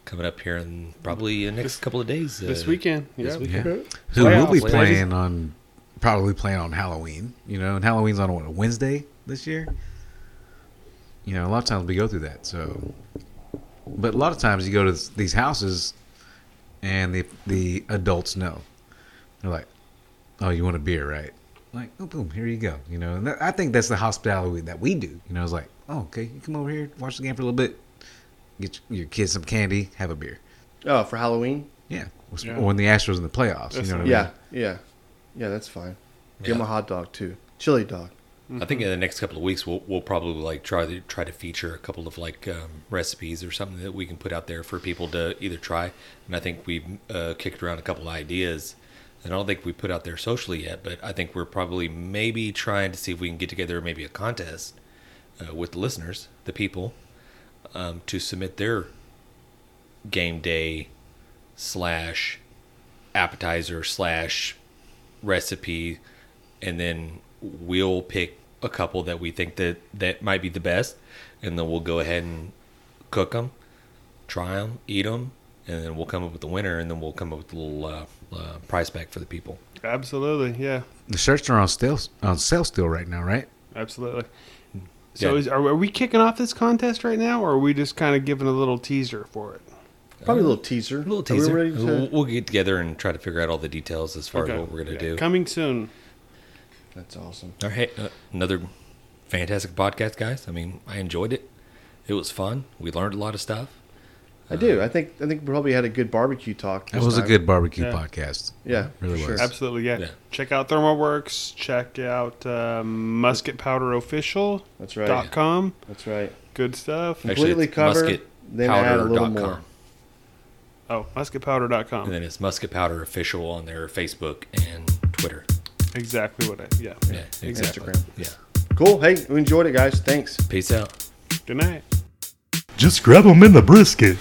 S2: coming up here in probably the next couple of days. Uh,
S3: This weekend. Yeah.
S2: this weekend.
S4: Yeah. Who will
S3: Playoffs,
S4: be
S2: ladies.
S4: playing on? Probably playing on Halloween. You know, and Halloween's on what, a Wednesday this year. You know, a lot of times we go through that. So, but a lot of times you go to these houses, and the the adults know. They're like, "Oh, you want a beer, right?" Like, "Oh, boom, here you go." You know, and that, I think that's the hospitality that we do. You know, it's like, "Oh, okay, you come over here, watch the game for a little bit, get your your kids some candy, have a beer."
S5: Oh, for Halloween?
S4: Yeah.
S3: Yeah.
S4: Or when the Astros in the playoffs,
S3: That's
S4: you know what I mean?
S5: Yeah, yeah, yeah. That's fine. Give him
S2: Oh, Yeah.
S5: a hot dog too. Chili dog.
S2: I think in the next couple of weeks we'll we'll probably like try to try to feature a couple of like um, recipes or something that we can put out there for people to either try. And I think we've uh, kicked around a couple of ideas. And I don't think we put out there socially yet, but I think we're probably maybe trying to see if we can get together maybe a contest uh, with the listeners, the people, um, to submit their game day slash appetizer slash recipe and then we'll pick a couple that we think that that might be the best and then we'll go ahead and cook them try them eat them and then we'll come up with the winner and then we'll come up with a little uh, uh, prize pack for the people
S3: Absolutely. Yeah.
S4: The shirts are on sale on sale still right now, right?
S3: Absolutely. So
S2: Yeah.
S3: is, are, are we kicking off this contest right now, or are we just kind of giving a little teaser for it?
S5: Probably a little teaser.
S2: a little
S5: Are we
S2: teaser
S5: ready to-
S2: we'll, we'll get together and try to figure out all the details as far as what we're going
S3: Yeah.
S2: to do
S3: Coming soon.
S5: That's awesome.
S2: All right, uh, another fantastic podcast, guys. I mean, I enjoyed it. It was fun. We learned a lot of stuff.
S5: I do. I think I think we probably had a good barbecue talk.
S4: That
S5: this
S4: was a
S5: time.
S4: good barbecue
S3: Yeah.
S4: podcast.
S5: Yeah,
S4: really
S5: for
S4: was.
S5: sure.
S3: Absolutely. Yeah.
S2: Yeah.
S3: Check out ThermalWorks. Check out um, Musket Powder Official.
S5: That's right.
S3: Dot com.
S5: That's right.
S3: Good stuff.
S2: Actually,
S5: Completely
S2: it's
S5: cover, then add a little
S2: musketpowder.com.
S5: more.
S3: Oh, musketpowder.com.
S2: And then it's Musket Powder Official on their Facebook and Twitter.
S3: Exactly what I. Yeah.
S2: Yeah, exactly.
S5: Instagram.
S2: Yeah.
S5: Cool. Hey, we enjoyed it, guys. Thanks.
S2: Peace out.
S3: Good night.
S1: Just grab 'em in the brisket.